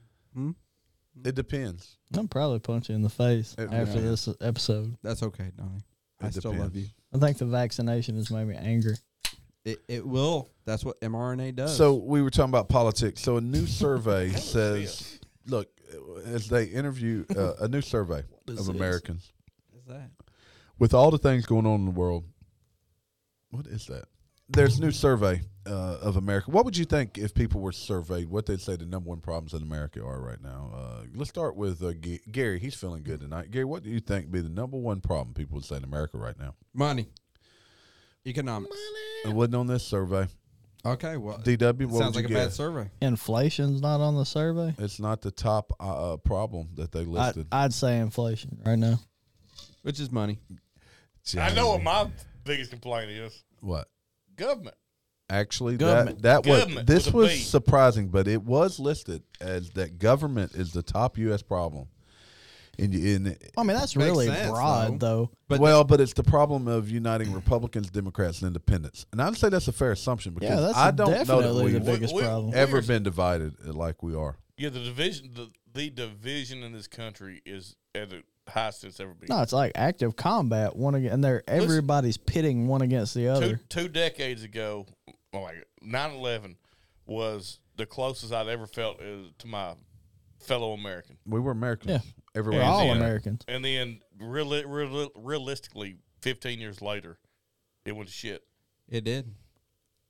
it depends.
I'm probably punching in the face
It-
after
yeah.
this episode.
That's okay, Donnie. I
It
still love you.
depends.
I think the vaccination has made me angry.
It, it will. That's what mRNA does.
So we were talking about politics. So a new survey says, look, as they interview uh, a new survey
is
of
this?
Americans
What's that?
with all the things going on in the world, what is that? There's a new survey uh, of America. What would you think if people were surveyed? What they'd say the number one problems in America are right now? Uh, let's start with uh, G- Gary. He's feeling good tonight. Gary, what do you think be the number one problem people would say in America right now?
Money. Economics.
It wasn't on this survey.
Okay, well,
DW, what
sounds
would
like
you
a bad
guess?
survey.
Inflation's not on the survey.
It's not the top uh, uh, problem that they
I,
listed.
I'd say inflation right now.
Which is money.
I know what my biggest complaint is.
what.
Government.
Actually,
Government.
that that was
Government
this
with a
was
B.
surprising, but it was listed as that government is the top U.S. problem. And, and
I mean, that's
Makes
really
sense,
broad, though.
But
well, but it's the problem of uniting Republicans, Democrats, and Independents. And I'd say that's a fair assumption because
Yeah, that's
I don't know that
definitely the
we've
biggest
we- we-
problem.
ever
Where's-
been divided like we are.
Yeah, the division, the, the division in this country is at the highest it's ever been.
No, it's like active combat one against, and they're everybody's pitting one against the
two,
other.
two decades ago, oh my God, 9-11 was the closest I'd ever felt is to my fellow American.
We were Americans.
Yeah.
Everyone
We're
was
all
American.
Americans.
And then reali- reali- realistically, 15 years later, it went to shit.
it did.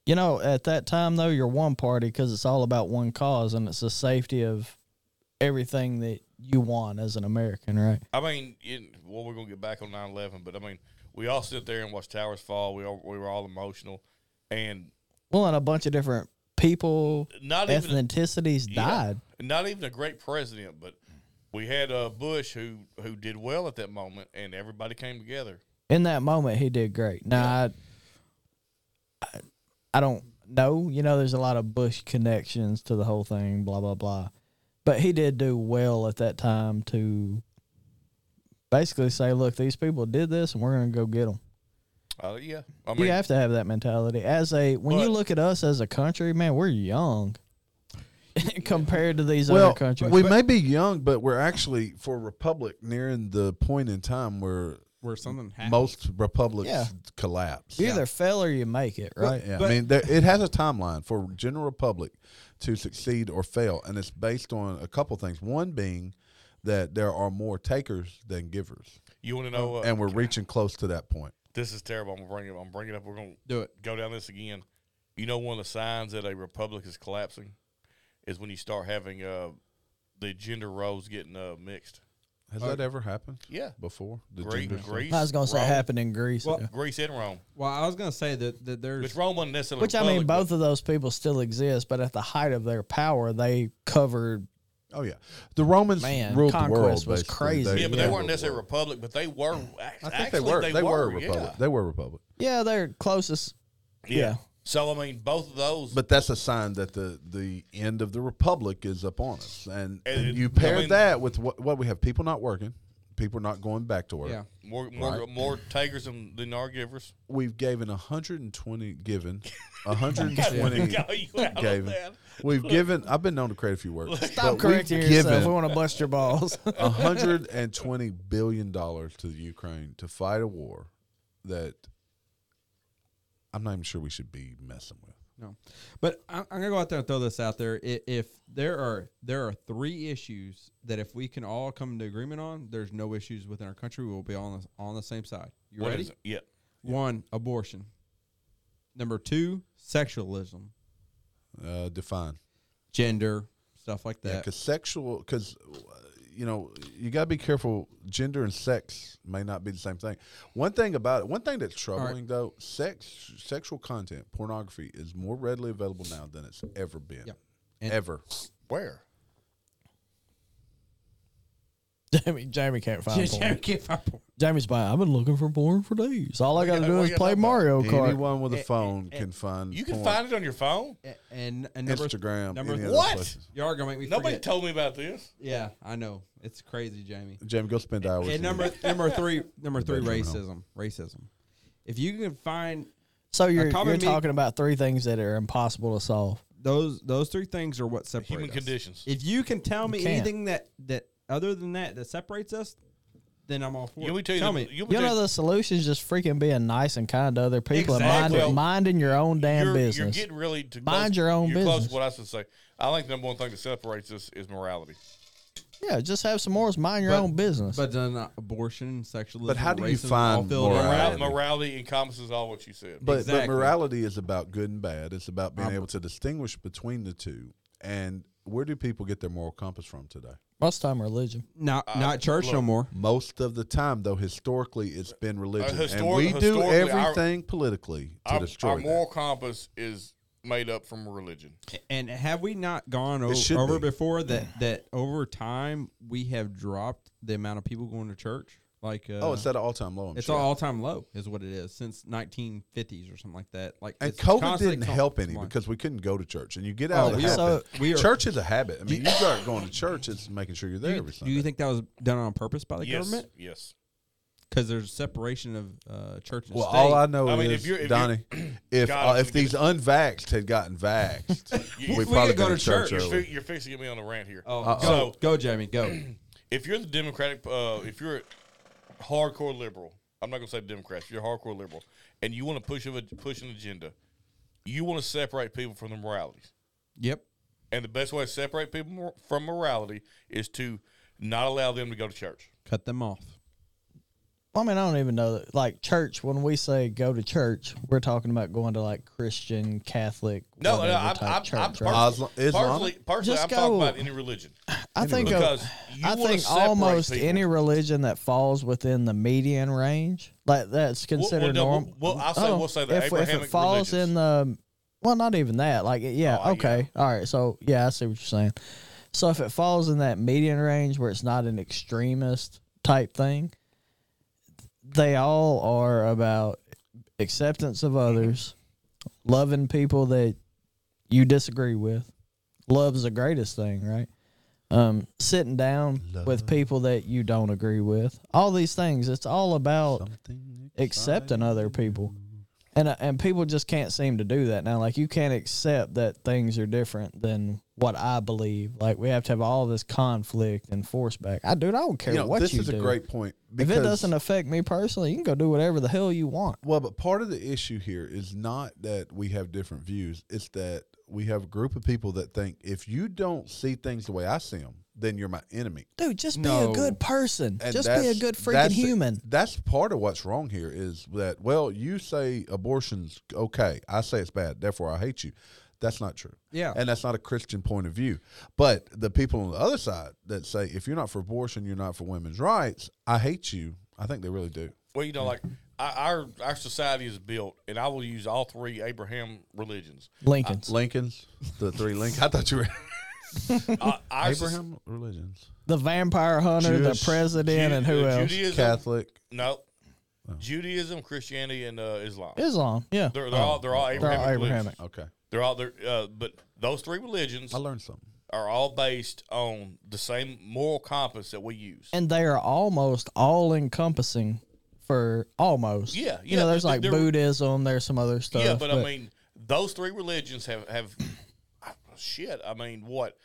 You know, at that time though, you're one party because it's all about one cause, and it's the safety of everything that you want as an American, right?
I mean, in, well, we're going to get back on 9-11, but I mean, we all sit there and watch towers fall. We, all, we were all emotional. And
Well, and a bunch of different people,
not even
ethnicities
Yeah.
died.
Not even a great president, but we had uh, Bush who who did well at that moment, and everybody came together.
In that moment, he did great. Now, I, I, I don't know. You know, there's a lot of Bush connections to the whole thing, blah blah blah. But he did do well at that time to basically say, "Look, these people did this, and we're going to go get them."
Uh, yeah, I mean,
you have to have that mentality as a when you
But-
look at us as a country man we're young compared to these
Well,
other countries
we may be young, but we're actually for a republic nearing the point in time where
Where something happened.
most republics
Yeah.
collapse.
you either fail or you make it right
Yeah,
But-
I mean, there, it has a timeline for general republic to succeed or fail, and it's based on a couple things. One being that there are more takers than givers,
you want to know? Uh,
and we're reaching close to that point.
this is terrible. I'm gonna bring it. I'm bringing it up. We're gonna
do it.
go down this again. You know, one of the signs that a republic is collapsing is when you start having uh, the gender roles getting uh, mixed.
Has that ever happened
Yeah.
before? The
Great
gender stuff?
Greece.
I was gonna say
Rome,
happened in Greece,
Well,
yeah.
Greece and Rome.
Well, I was gonna say that that
Which
there's
Rome wasn't necessarily.
which I mean,
public, but-
both of those people still exist, but at the height of their power, they covered.
Oh yeah, the Romans
Man,
ruled the
conquest
world.
was
basically.
crazy.
Yeah, but
Yeah.
they weren't necessarily a republic, but they were. Act-
I think
actually,
they were. They, were a
yeah.
republic. They were a republic.
Yeah, they're closest.
Yeah.
Yeah.
So I mean, both of those.
But that's a sign that the the end of the republic is upon us, and,
And-
and you
I
pair
mean-
that with what what we have: people not working, people not going back to work.
yeah.
more more
Right.
more takers than, than our givers.
We've given hundred and twenty, given hundred and twenty.
Got you out of
Gavin.
that.
We've given. I've been known to create a few words.
Stop correcting yourself. We want to bust your balls.
hundred and twenty billion dollars to the Ukraine to fight a war that I'm not even sure we should be messing with.
No, but I'm, I'm gonna go out there and throw this out there. I- If there are there are three issues that if we can all come to agreement on, there's no issues within our country. We will be on the, on the same side. You
What
ready?
is it? Yeah.
One, abortion. Number two, sexualism,
Uh, define.
gender, stuff like
Yeah,
that.
because sexual, because you know, you gotta be careful. Gender and sex may not be the same thing. One thing about it, one thing that's troubling though, sex, sexual content, pornography is more readily available now than it's ever been,
Yep. And-
ever.
Where?
Jamie, Jamie can't find porn.
Can't find porn.
Jamie's by. I've been looking for porn for days. All I got to
got-
do
we
is
got
play
nothing.
Mario Kart.
Anyone with a phone can find.
You can
porn.
find it on your phone.
A- And, and number
Instagram.
Number
any
th-
of those
What?
places.
you are gonna make me
Nobody
forget.
told me about this.
yeah, I know it's crazy, Jamie.
Jamie, go spend hours. in
And number number three, number three,
bedroom
racism, racism. If you can find
So you're,
common
you're
meat-
talking about three things that are impossible to solve.
those those three things are what separate
Human
us.
conditions.
If you can tell me
can't.
anything that that other than that that separates us, then I'm all for
You want
it.
me to tell you?
tell
the-
me.
You, want
You
me to
know
tell
the solution is just freaking being nice and kind to other people
Exactly.
and minding, minding your own damn
you're,
business.
You're getting really to
Mind
close-
your own
you're Close
business.
to what I should say. I think the number one thing that separates us is morality.
yeah, just have some more. Mind your
But-
own business.
But then uh, abortion, sexualism,
But how do you
racism, all
find
filled in.
morality?
Morality, morality encompasses all what you said.
But,
Exactly. Uh-huh.
but morality is about good and bad. It's about being able to distinguish between the two. And where do people get their moral compass from today?
Most time religion.
Not
Uh,
not church no more.
Most of the time, though, historically, it's been religion.
histor-
and we do
Uh, historically, our-
everything politically to
our,
destroy
our
that.
moral compass is made up from religion.
And have we not gone over,
should
over
be.
before that that over time we have dropped the amount of people going to church? Like uh,
Oh, it's at an all time low. I'm
it's
sure.
all time low is what it is since 1950s or something like that. Like
And
it's
COVID
constantly
didn't
con-
help any
Come on.
because we couldn't go to church. And you get out
Oh,
of
we
the
are-
habit.
we are-
church is a habit. I mean, you start going to church, it's making sure you're there
do
every
you, do
Sunday.
you think that was done on purpose by the
yes,
government?
yes.
Because there's separation of uh, church and
Well,
state.
all I know
I mean,
is,
if you're- if
Donnie, if
God,
uh, if
we
these unvaxxed had gotten vaxxed,
You-
we'd
we
probably
could
been
go to
in church,
church.
You're,
early.
fi- you're fixing to get me on a rant here.
Oh,
uh,
go-
go, go, Jamie, go.
if you're the Democratic, uh, if you're a hardcore liberal, I'm not gonna say Democrats. If you're a hardcore liberal, and you want to push of a push an agenda, you want to separate people from their moralities.
yep.
And the best way to separate people mor- from morality is to not allow them to go to church.
Cut them off.
I mean, I don't even know. That, like church, when we say go to church, we're talking about going to like Christian, Catholic.
No, no,
whatever
I'm,
type
I'm,
church,
I'm
right?
personally,
Islam- Islam?
personally, personally
Just
I'm talking
go-
about any religion.
I think of-
Because you
I
wanna
think
separate
almost
people.
any religion that falls within the median range, like that's
well,
considered
no,
normal.
well, I'll say-
Oh,
we'll say the
if, if
Abrahamic
it falls
religions.
in the, well, not even that. Like, yeah,
Oh,
okay, all right. So yeah, I see what you're saying. So if it falls in that median range where it's not an extremist type thing, they all are about acceptance of
Mm-hmm.
others, loving people that you disagree with. Love's the greatest thing, right? Um, sitting down with people that you don't agree with. All these things. It's all about accepting other people. And, uh, and people just can't seem to do that now. Like, you can't accept that things are different than what I believe. Like, we have to have all this conflict and force back. I, dude, I don't care
You know,
what
this
you
is
do.
a great point.
If
Because,
it doesn't affect me personally, you can go do whatever the hell you want.
well, but part of the issue here is not that we have different views. It's that we have a group of people that think if you don't see things the way I see them, then you're my enemy.
Dude, just be
No.
a good person.
And
just be a
that's-
good freaking
that's-
human.
That's part of what's wrong here is that well, you say abortion's okay. I say it's bad. Therefore, I hate you. That's not true.
Yeah.
And that's not a Christian point of view. But the people on the other side that say, if you're not for abortion, you're not for women's rights, I hate you. I think they really do.
Well, you know, like our- our our society is built, and I will use all three Abraham religions.
Lincoln's.
Lincoln's, the three Lincoln. I thought you were
Uh, our soc-
Abraham religions,
the vampire hunter,
Jewish-
the president,
Ju-
and who
uh,
else?
Judaism,
Catholic. Oh.
No, Judaism, Christianity, and uh, Islam.
Islam. Yeah.
They're, they're all they're all
They're
Abrahamic.
all Abrahamic.
religions.
Okay,
They're all they're, uh, but those three religions
I learned something.
are all based on the same moral compass that we use.
And they are almost all encompassing for almost.
Yeah,
You know,
yeah,
there's
they're-
like
they're-
Buddhism, there's some other stuff.
yeah, but, I mean, those three religions have have shit. I mean, what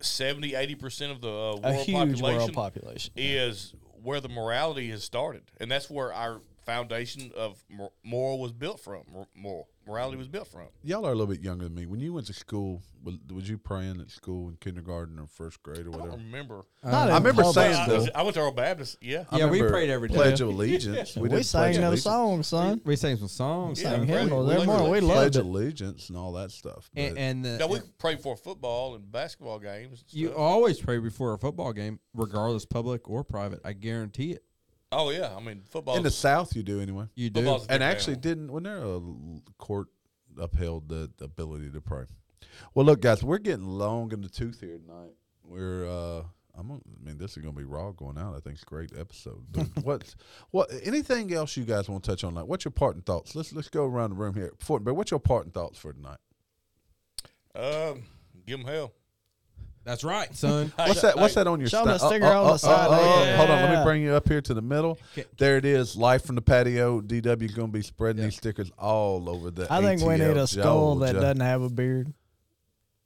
70 80 percent of the uh, world
a huge
population
world population.
is where the morality has started, and that's where our foundation of mor- moral was built from. Mor- Moral morality was built from.
Y'all are a little bit younger than me. When you went to school, was, was you praying at school in kindergarten or first grade or
I
whatever?
don't remember.
Not in
remember
public
saying,
I,
though-
school.
I went to Oral Baptist. Yeah,
I
Yeah, we
remember
prayed every day.
Pledge of Allegiance.
We,
did Pledge
sang
of
no
Allegiance.
song, son.
We sang some songs.
Yeah,
sang
right.
hymnals.
We
They're
like
more.
it.
We
Pledge
loved it.
Allegiance and all that stuff.
and,
but-
and the,
now we prayed for football and basketball games. and
you
stuff.
always pray before a football game, regardless public or private. I guarantee it.
oh yeah, I mean football.
in the South, you do anyway.
You do.
Football's-
and
Different
actually
animal.
didn't when their uh, court upheld the the ability to pray. Well, look, guys, we're getting long in the tooth here tonight. We're uh, I'm gonna, I mean, this is gonna be raw going out. I think it's a great episode. But what's what? Anything else you guys want to touch on? Like, what's your parting thoughts? Let's let's go around the room here. Fort, but what's your parting thoughts for tonight?
um, give them hell.
That's right, son.
What's that? What's that on your
Show 'em the
sta- uh,
sticker on the side
oh, oh,
there.
Hold on, let me
Yeah.
bring you up here to the middle. There it is, live from the patio. DW's gonna be spreading these stickers all over the.
I think we
ATL,
need a skull that
Georgia.
doesn't have a beard,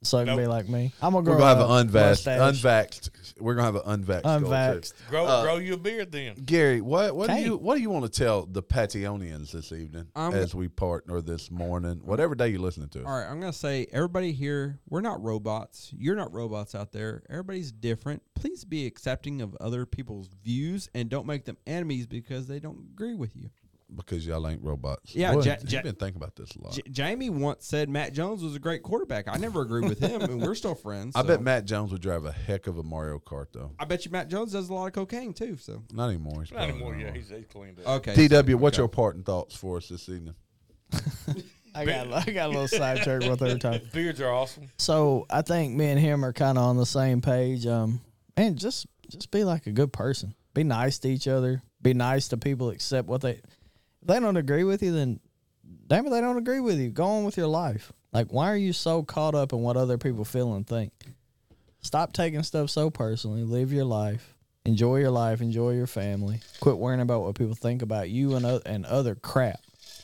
so it can be
Nope.
like me. I'm gonna grow
We're gonna have
a
an unvaxxed,
mustache.
unvaxxed. We're gonna have an unvaxxed. goal, too.
Unvaxxed.
Grow
Uh,
grow you a beard then.
Gary, what what do
Okay.
you what do you want to tell the Pationians this evening
I'm-
as we part or this morning, whatever day you're listening to? us?
All right, I'm gonna say everybody here, we're not robots. You're not robots out there. Everybody's different. Please be accepting of other people's views and don't make them enemies because they don't agree with you.
Because y'all ain't robots.
Yeah,
Boy,
Ja- Ja-
you've been thinking about this a lot.
J- Jamie once said Matt Jones was a great quarterback. I never agreed with him, and we're still friends.
I bet
so-
Matt Jones would drive a heck of a Mario Kart though.
I bet you Matt Jones does a lot of cocaine too. So
Not anymore. he's
Not
probably
anymore.
not.
Yeah, he's, he's cleaned
Uh,
up.
okay,
DW, what's your parting thoughts for us this evening?
I got I got a little sidetracked with every time.
Beards are awesome.
So I think me and him are kind of on the same page. Um, and just just be like a good person. Be nice to each other. Be nice to people. Accept what they if they don't agree with you. Then damn it, they don't agree with you. Go on with your life. Like why are you so caught up in what other people feel and think? Stop taking stuff so personally. Live your life. Enjoy your life. Enjoy your family. Quit worrying about what people think about you and o- and other crap.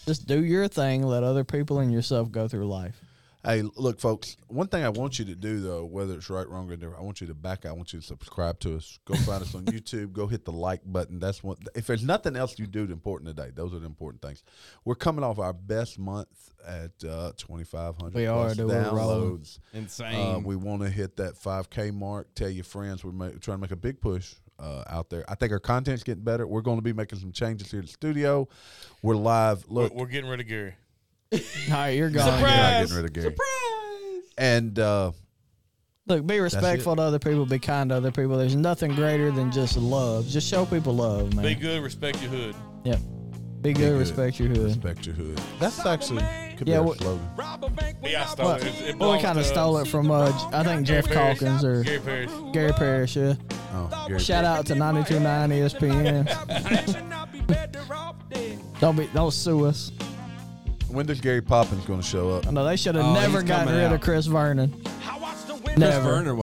Just do your thing. Let other people and yourself go through life.
Hey, look, folks. One thing I want you to do, though, whether it's right, wrong, or different, I want you to back. out. I want you to subscribe to us. Go find us on YouTube. Go hit the like button. That's one. If there's nothing else you do important today, those are the important things. We're coming off our best month at uh, 2,500
We are,
plus
dude. We're rolling.
downloads.
insane.
Uh, we want to hit that 5K mark. Tell your friends we're ma- trying to make a big push uh, out there. I think our content's getting better. We're going to be making some changes here at the studio. We're live.
We're,
Look,
we're getting rid of Gary.
All right, you're gone.
we're not getting rid of Gary. And uh,
Look, be respectful to other people. Be kind to other people. There's nothing greater than just love. Just show people love, man.
Be good. Respect your hood.
Yep. Be good.
good.
respect your hood.
Respect your hood. That's actually could
Yeah,
be our
what-
slogan.
Rob a bank when
Yeah, I
I
stole
was
it.
a
It
kid.
Well, we
belongs
kind
to
of stole
us.
it from uh, I think Jeff
Gary
Calkins or
Gary Parrish.
Gary Parrish. Yeah.
Oh, Gary.
Shout out to 92.9 ESPN. Don't be, don't sue us.
When does Gary Poppins going to show up?
I know they should have
Oh,
never
he's
gotten
coming
rid of
out.
Chris Vernon.
I watched the wind
Never.
Vernon